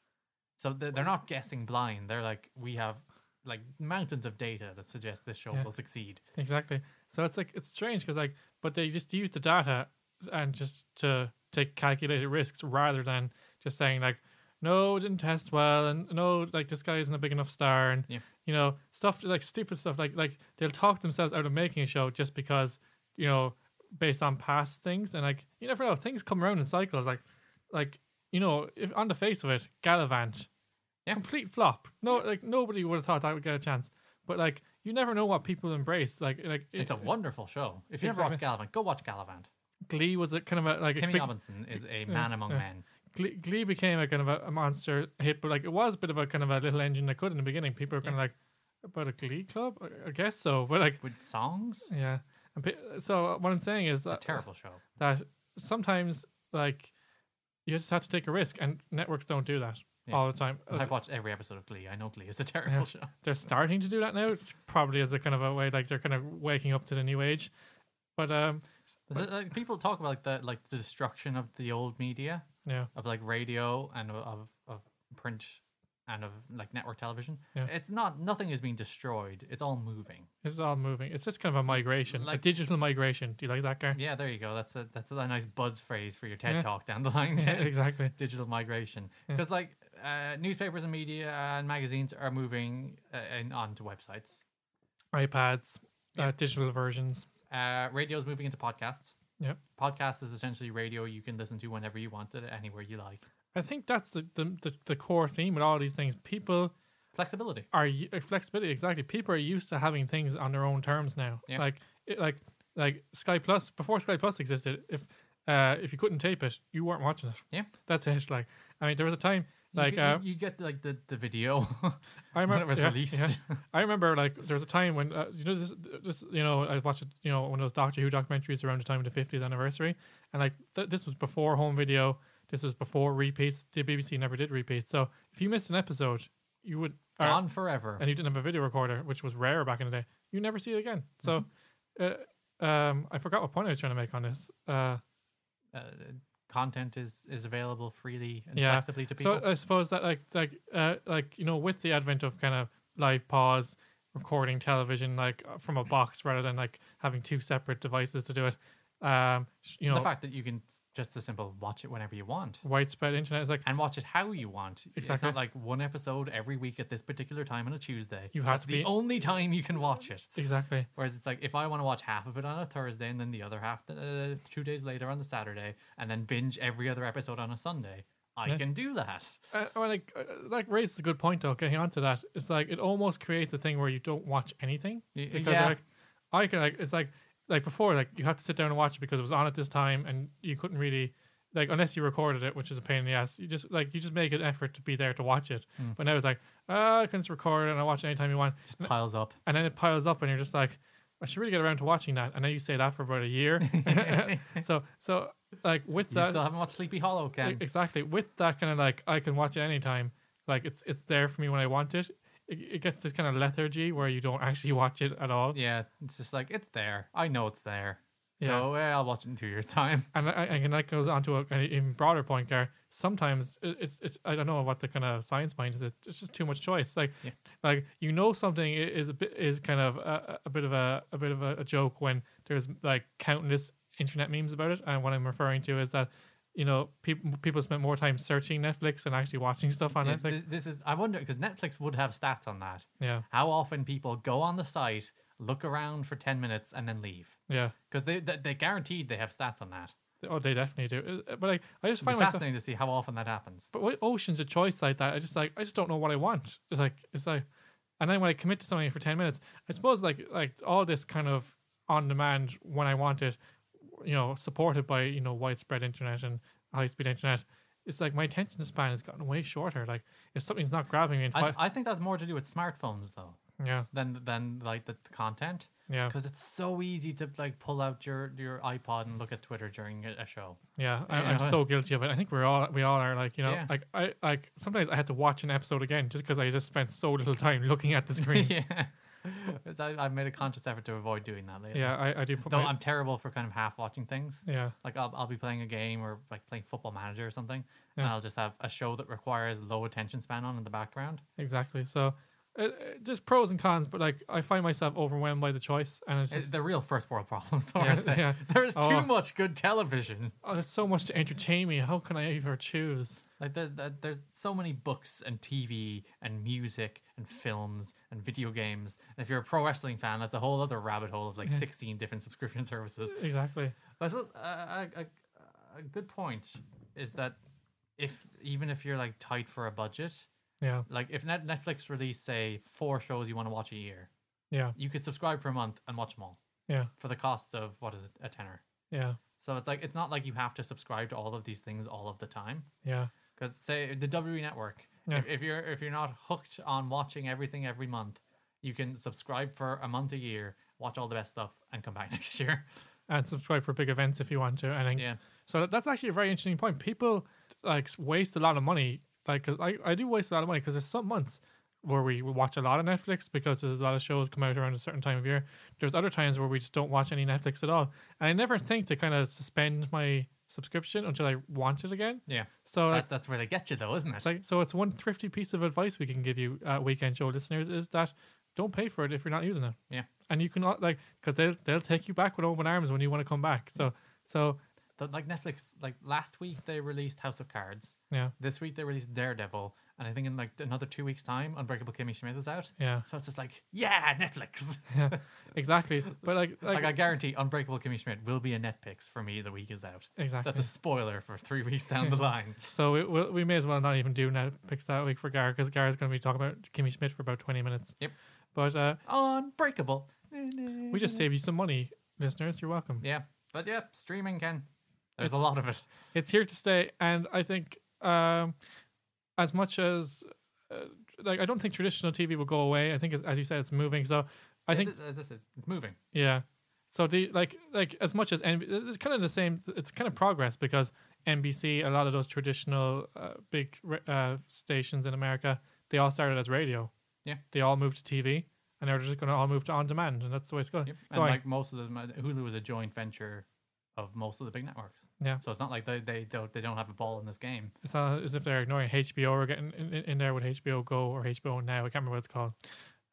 So they- they're not guessing blind. They're like we have like mountains of data that suggests this show
Yeah.
will succeed.
Exactly. So it's like it's strange because like, but they just use the data and just to take calculated risks rather than just saying like, no, it didn't test well, and no, like this guy isn't a big enough star, and
Yeah.
you know stuff like stupid stuff like like they'll talk themselves out of making a show just because you know based on past things and like you never know things come around in cycles like like you know if on the face of it Gallivant
Yeah.
complete flop no like nobody would have thought that would get a chance but like you never know what people embrace like like
It's a
it-
wonderful show. If you never watched Gallivant, go watch Gallivant.
Glee was a kind of a like a
Timmy
big-
Robinson is a man among
yeah.
men.
Glee, Glee became a kind of a, a monster hit, but like it was a bit of a kind of a little engine that could in the beginning. People were kind of like about a Glee club, I, I guess so, but like
With songs?
yeah. And pe- so uh, what I'm saying is
It's
that
a terrible show.
that sometimes like you just have to take a risk, and networks don't do that
Yeah.
all Uh, the time.
I've watched every episode of Glee. I know Glee is a terrible
Yeah.
show.
they're starting to do that now, which probably is a kind of a way like they're kind of waking up to the new age. But um,
Th- like, people talk about like the like the destruction of the old media
yeah,
of like radio and o- of of print and of like network television.
Yeah.
It's not nothing is being destroyed. It's all moving.
it's all moving. It's just kind of a migration, a
Like-
digital migration. Do you like that, Gar?
Yeah, there you go. That's a that's a nice buzz phrase for your TED
Yeah.
talk down the line.
yeah exactly.
digital migration
Yeah.
because like uh, newspapers and media and magazines are moving uh, in, onto websites.
iPads,
Yeah.
uh, digital versions.
Uh, radio's moving into podcasts.
Yep.
Podcast is essentially radio you can listen to whenever you want it, anywhere you like.
I think that's the, the, the, the core theme with all these things. People
Flexibility.
are u- uh, flexibility exactly. People are used to having things on their own terms now.
Yeah.
Like it, like like Sky Plus before Sky Plus existed. If uh, if you couldn't tape it, you weren't watching it.
Yeah.
that's it. Like I mean, there was a time
You
like
get-
uh,
you, you get like the, the video
I
when
remember
it was
yeah,
released.
yeah. I remember like there was a time when uh, you know this this you know I watched you know one of those Doctor Who documentaries around the time of the 50th anniversary, and like th- this was before home video. This was before repeats. The BBC never did repeats. So if you missed an episode, you would or-
Gone forever.
and you didn't have a video recorder, which was rare back in the day. You never see it again. So,
Mm-hmm.
uh, um, I forgot what point I was trying to make on this. Uh,
Uh, content is is available freely and
Yeah.
flexibly to people.
So uh, I suppose that like like uh, like you know with the advent of kind of live pause recording television like uh, from a box rather than like having two separate devices to do it. Um, sh- you
the
know,
fact that you can s- just as simple watch it whenever you want.
widespread internet is like
And watch it how you want. It's
Exactly.
not like one episode every week at this particular time on a Tuesday.
You had
That's
to
the
be-
only time you can watch it.
exactly
Whereas it's like if I want to watch half of it on a Thursday and then the other half uh, two days later on the Saturday and then binge every other episode on a Sunday, I
Yeah.
can do that.
uh, well, like uh, like raises a good point though. Getting onto that, it's like it almost creates a thing where you don't watch anything
Y-
because
yeah.
like I can like it's like like before like you had to sit down and watch it because it was on at this time and you couldn't really like unless you recorded it, which is a pain in the ass. You just like you just make an effort to be there to watch it.
Mm.
But now it's like ah, I can just record it and I watch it anytime you want,
Just piles up.
and then it piles up and you're just like I should really get around to watching that, and then you say that for about a year. so so like with
You
that,
still haven't watched Sleepy Hollow,
E-
Ken.
exactly with that kind of like i can watch it anytime like it's it's there for me when i want it it, it gets this kind of lethargy where you don't actually watch it at all
Yeah, it's just like it's there. I know it's there. So eh, I'll watch it in two years' time.
and I, and that goes on to a, an even broader point there sometimes it- it's it's i don't know what the kind of science mind is it- it's just too much choice like
Yeah.
like you know something i- is a bit is kind of a, a bit of a a bit of a, a joke when there's like countless internet memes about it and what i'm referring to is that you know people people spent more time searching netflix than actually watching stuff on
Yeah,
netflix
This, this is I wonder because Netflix would have stats on that.
yeah
How often people go on the site, look around for ten minutes, and then leave
yeah
because they, they they guaranteed they have stats on that.
Oh, they definitely do. Uh, But like, I just
It'd be
find myself.
fascinating to see how often that happens.
But what oceans of choice like that? I just like I just don't know what I want. It's like it's like, and then when I commit to something for ten minutes, I suppose like like all this kind of on demand when I want it, you know, supported by you know widespread internet and high speed internet, it's like my attention span has gotten way shorter. Like if something's not grabbing me, in
I,
five,
I think that's more to do with smartphones though
yeah,
than than like the, the content
yeah,
because it's so easy to like pull out your your iPod and look at Twitter during a, a show.
yeah. I,
you
I'm
know,
so guilty of it. I think we're all we all are. Like you know,
Yeah.
like I like sometimes I had to watch an episode again just because I just spent so little time looking at the screen. yeah,
yeah, 'Cause I, I've made a conscious effort to avoid doing that lately.
I, I do. Put
though
my-
I'm terrible for kind of half watching things.
yeah,
Like I'll, I'll be playing a game or like playing Football Manager or something, and
Yeah.
I'll just have a show that requires low attention span on in the background.
exactly. So. Uh, just pros and cons, but like I find myself overwhelmed by the choice, and it's
It's
just
the real first world problems, though.
Yeah,
aren't they?
yeah.
There's too
Oh.
much good television.
oh, there's so much to entertain me. How can I ever choose?
Like there, there, there's so many books and TV and music and films and video games. And if you're a pro wrestling fan, that's a whole other rabbit hole of like 16 different subscription services.
Exactly.
But I suppose a, a, a- a good point is that if even if you're like tight for a budget,
Yeah,
like if Net- Netflix released say four shows you want to watch a year,
yeah,
you could subscribe for a month and watch them all
yeah,
for the cost of what is it, a tenner.
yeah,
So it's like it's not like you have to subscribe to all of these things all of the time.
yeah.
Because say the WWE Network,
Yeah.
if, if you're if you're not hooked on watching everything every month, you can subscribe for a month a year, watch all the best stuff, and come back next year.
and subscribe for big events if you want to. I think
Yeah.
So that- that's actually a very interesting point. People like s- waste a lot of money, like 'cause I I do waste a lot of money because there's some months where we we watch a lot of Netflix because there's a lot of shows come out around a certain time of year. There's other times where we just don't watch any Netflix at all, and I never think to kind of suspend my subscription until I want it again.
Yeah,
So like,
that, that's where they get you though, isn't it?
it's like so it's one thrifty piece of advice we can give you, uh, weekend show listeners, is that don't pay for it if you're not using it
yeah,
and you can al- like because they'll they'll take you back with open arms when you want to come back. So so
But, like Netflix, like last week they released House of Cards.
yeah
This week they released Daredevil, and I think in like another two weeks' time, Unbreakable Kimmy Schmidt is out.
yeah
So it's just like, yeah, Netflix.
yeah exactly. But like like,
like I guarantee, Unbreakable Kimmy Schmidt will be a Netflix for me. The week is out.
exactly.
That's a spoiler for three weeks down the line.
so we, we we may as well not even do Netflix that week for Gar because Gar is going to be talking about Kimmy Schmidt for about twenty minutes.
Yep.
But uh,
Unbreakable.
we just saved you some money, listeners. You're welcome.
Yeah, but yeah, streaming can. There's a lot of it.
It's here to stay, and I think um, as much as uh, like I don't think traditional TV will go away. I think as, as you said, it's moving. So I think
It- as I said, it's moving.
Yeah. So do you, like like as much as NB- it's it's kind of the same. It's kind of progress because NBC, a lot of those traditional uh, big ra- uh, stations in America, they all started as radio.
Yeah.
They all moved to TV, and they're just going to all move to on demand, and that's the way it's going.
Yep. And
going.
like most of them, uh, Hulu is a joint venture of most of the big networks.
Yeah.
So it's not like they they don't they don't have a ball in this game.
it's not as if they're ignoring HBO or getting in, in, in there with HBO Go or HBO Now. I can't remember what it's called.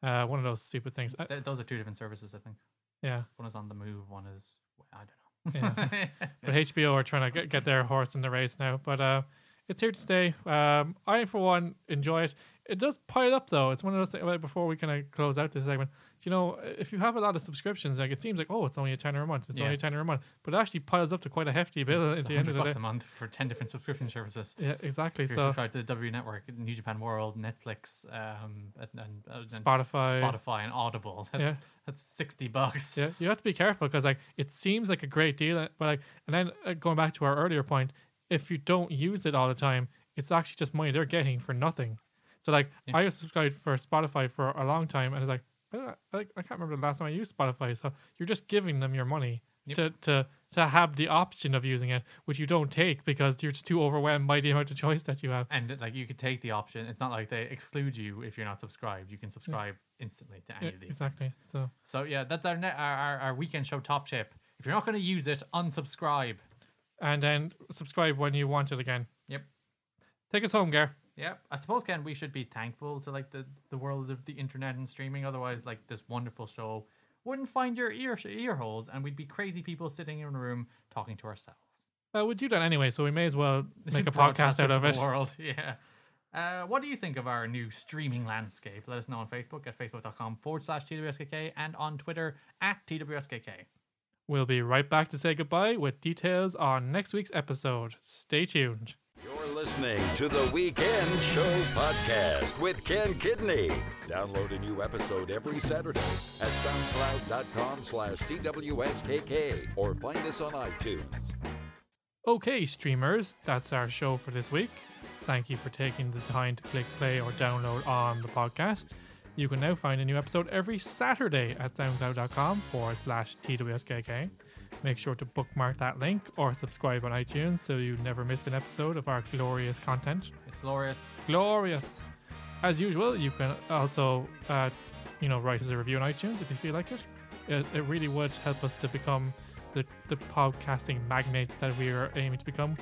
Uh, one of those stupid things. Uh,
Th- those are two different services, I think.
yeah.
One is on the move. One is I don't know.
Yeah. but HBO are trying to get, get their horse in the race now. But uh, it's here to stay. Um, I, for one, enjoy it. It does pile up, though. It's one of those things. Like, before we kind of close out this segment, you know, if you have a lot of subscriptions, like it seems like oh, it's only a tenner a month. It's
Yeah.
only a tenner a month, but it actually piles up to quite a hefty bill at
It's
the end
100
of the
bucks
day.
a month for ten different subscription services.
Yeah, exactly.
If you're
So
subscribed to the W Network, New Japan World, Netflix, um, and, and, and
Spotify.
Spotify, and Audible. That's that's sixty bucks.
Yeah, you have to be careful because like it seems like a great deal, uh, but like and then uh, going back to our earlier point, if you don't use it all the time, it's actually just money they're getting for nothing. So like
Yeah.
I was subscribed for Spotify for a long time, and it's like I, don't, I, I can't remember the last time I used Spotify. So you're just giving them your money
Yep.
to to to have the option of using it, which you don't take because you're just too overwhelmed by the amount of choice that you have.
And like you could take the option. It's not like they exclude you if you're not subscribed. You can subscribe instantly to any
Yeah,
of these.
exactly. So
So yeah, that's our, ne- our our our weekend show top tip. If you're not going to use it, unsubscribe.
and then subscribe when you want it again.
Yep.
Take us home, Gar.
Yeah, I suppose Ken, we should be thankful to like the, the world of the internet and streaming. Otherwise, like this wonderful show wouldn't find your ear ear holes, and we'd be crazy people sitting in a room talking to ourselves.
Uh, we do that anyway, so we may as well make a
Broadcast
podcast out of
the
it.
World, yeah. Uh, what do you think of our new streaming landscape? Let us know on Facebook at facebook.com forward slash TWSKK and on Twitter at TWSKK.
We'll be right back to say goodbye with details on next week's episode. Stay tuned.
You're listening to the Weekend Show podcast with Ken Kidney. Download a new episode every Saturday at soundcloud.com slash TWSKK or find us on iTunes.
Okay, streamers, that's our show for this week. Thank you for taking the time to click play or download on the podcast. You can now find a new episode every Saturday at soundcloud.com forward slash TWSKK. Make sure to bookmark that link or subscribe on iTunes so you never miss an episode of our glorious content.
It's glorious.
Glorious! As usual, you can also, uh, you know, write us a review on iTunes if you feel like it. It, it really would help us to become the, the podcasting magnates that we are aiming to become.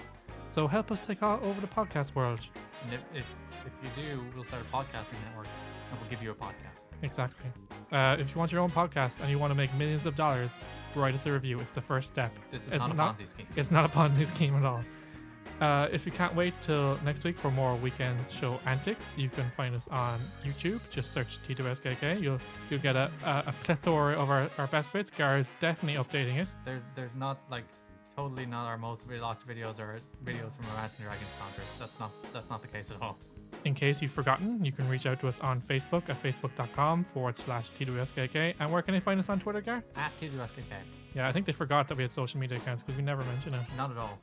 So help us take all over the podcast world.
And if, if, if you do, we'll start a podcasting network and we'll give you a podcast.
Exactly. Uh, if you want your own podcast and you want to make millions of dollars, write us a review. It's the first step.
This is
It's
not a
not-
Ponzi scheme.
It's not a Ponzi scheme at all. Uh, if you can't wait till next week for more weekend show antics, you can find us on YouTube. Just search T2SKK. You'll you'll get a, a, a plethora of our, our best bits. Gar is definitely updating it.
There's there's not like totally not our most watched videos or videos from Imagine Dragons concerts. That's not that's not the case at all.
In case you've forgotten, you can reach out to us on Facebook at facebook.com forward slash T2SKK. And where can they find us on Twitter, Gar?
At TWSKK,
Yeah, I think they forgot that we had social media accounts because we never mentioned it.
not at all.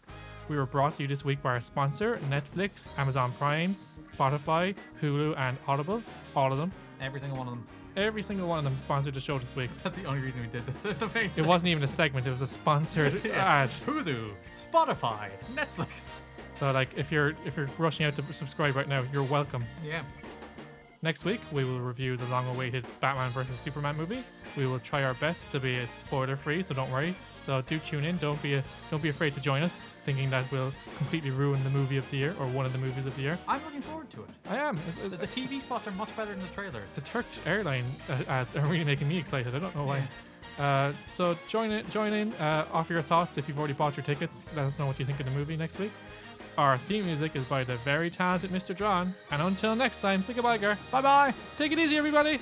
We were brought to you this week by our sponsor, Netflix, Amazon Prime, Spotify, Hulu, and Audible. All of them.
Every single one of them.
Every single one of them sponsored the show this week.
That's the only reason we did this. It
It wasn't even a segment, it was a sponsored ad.
Hulu, Spotify, Netflix.
So like if you're if you're rushing out to subscribe right now, you're welcome.
Yeah.
Next week we will review the long awaited Batman vs Superman movie. We will try our best to be spoiler free, so don't worry. So do tune in, don't be don't be afraid to join us, thinking that we'll completely ruin the movie of the year or one of the movies of the year.
I'm looking forward to it.
I am.
The, the TV spots are much better than the trailers.
the Turkish airline uh, ads are really making me excited. I don't know why. Uh, so join it, join in, uh, offer your thoughts if you've already bought your tickets. Let us know what you think of the movie next week. Our theme music is by the very talented Mr. John. And until next time, say goodbye, girl.
Bye bye.
Take it easy, everybody.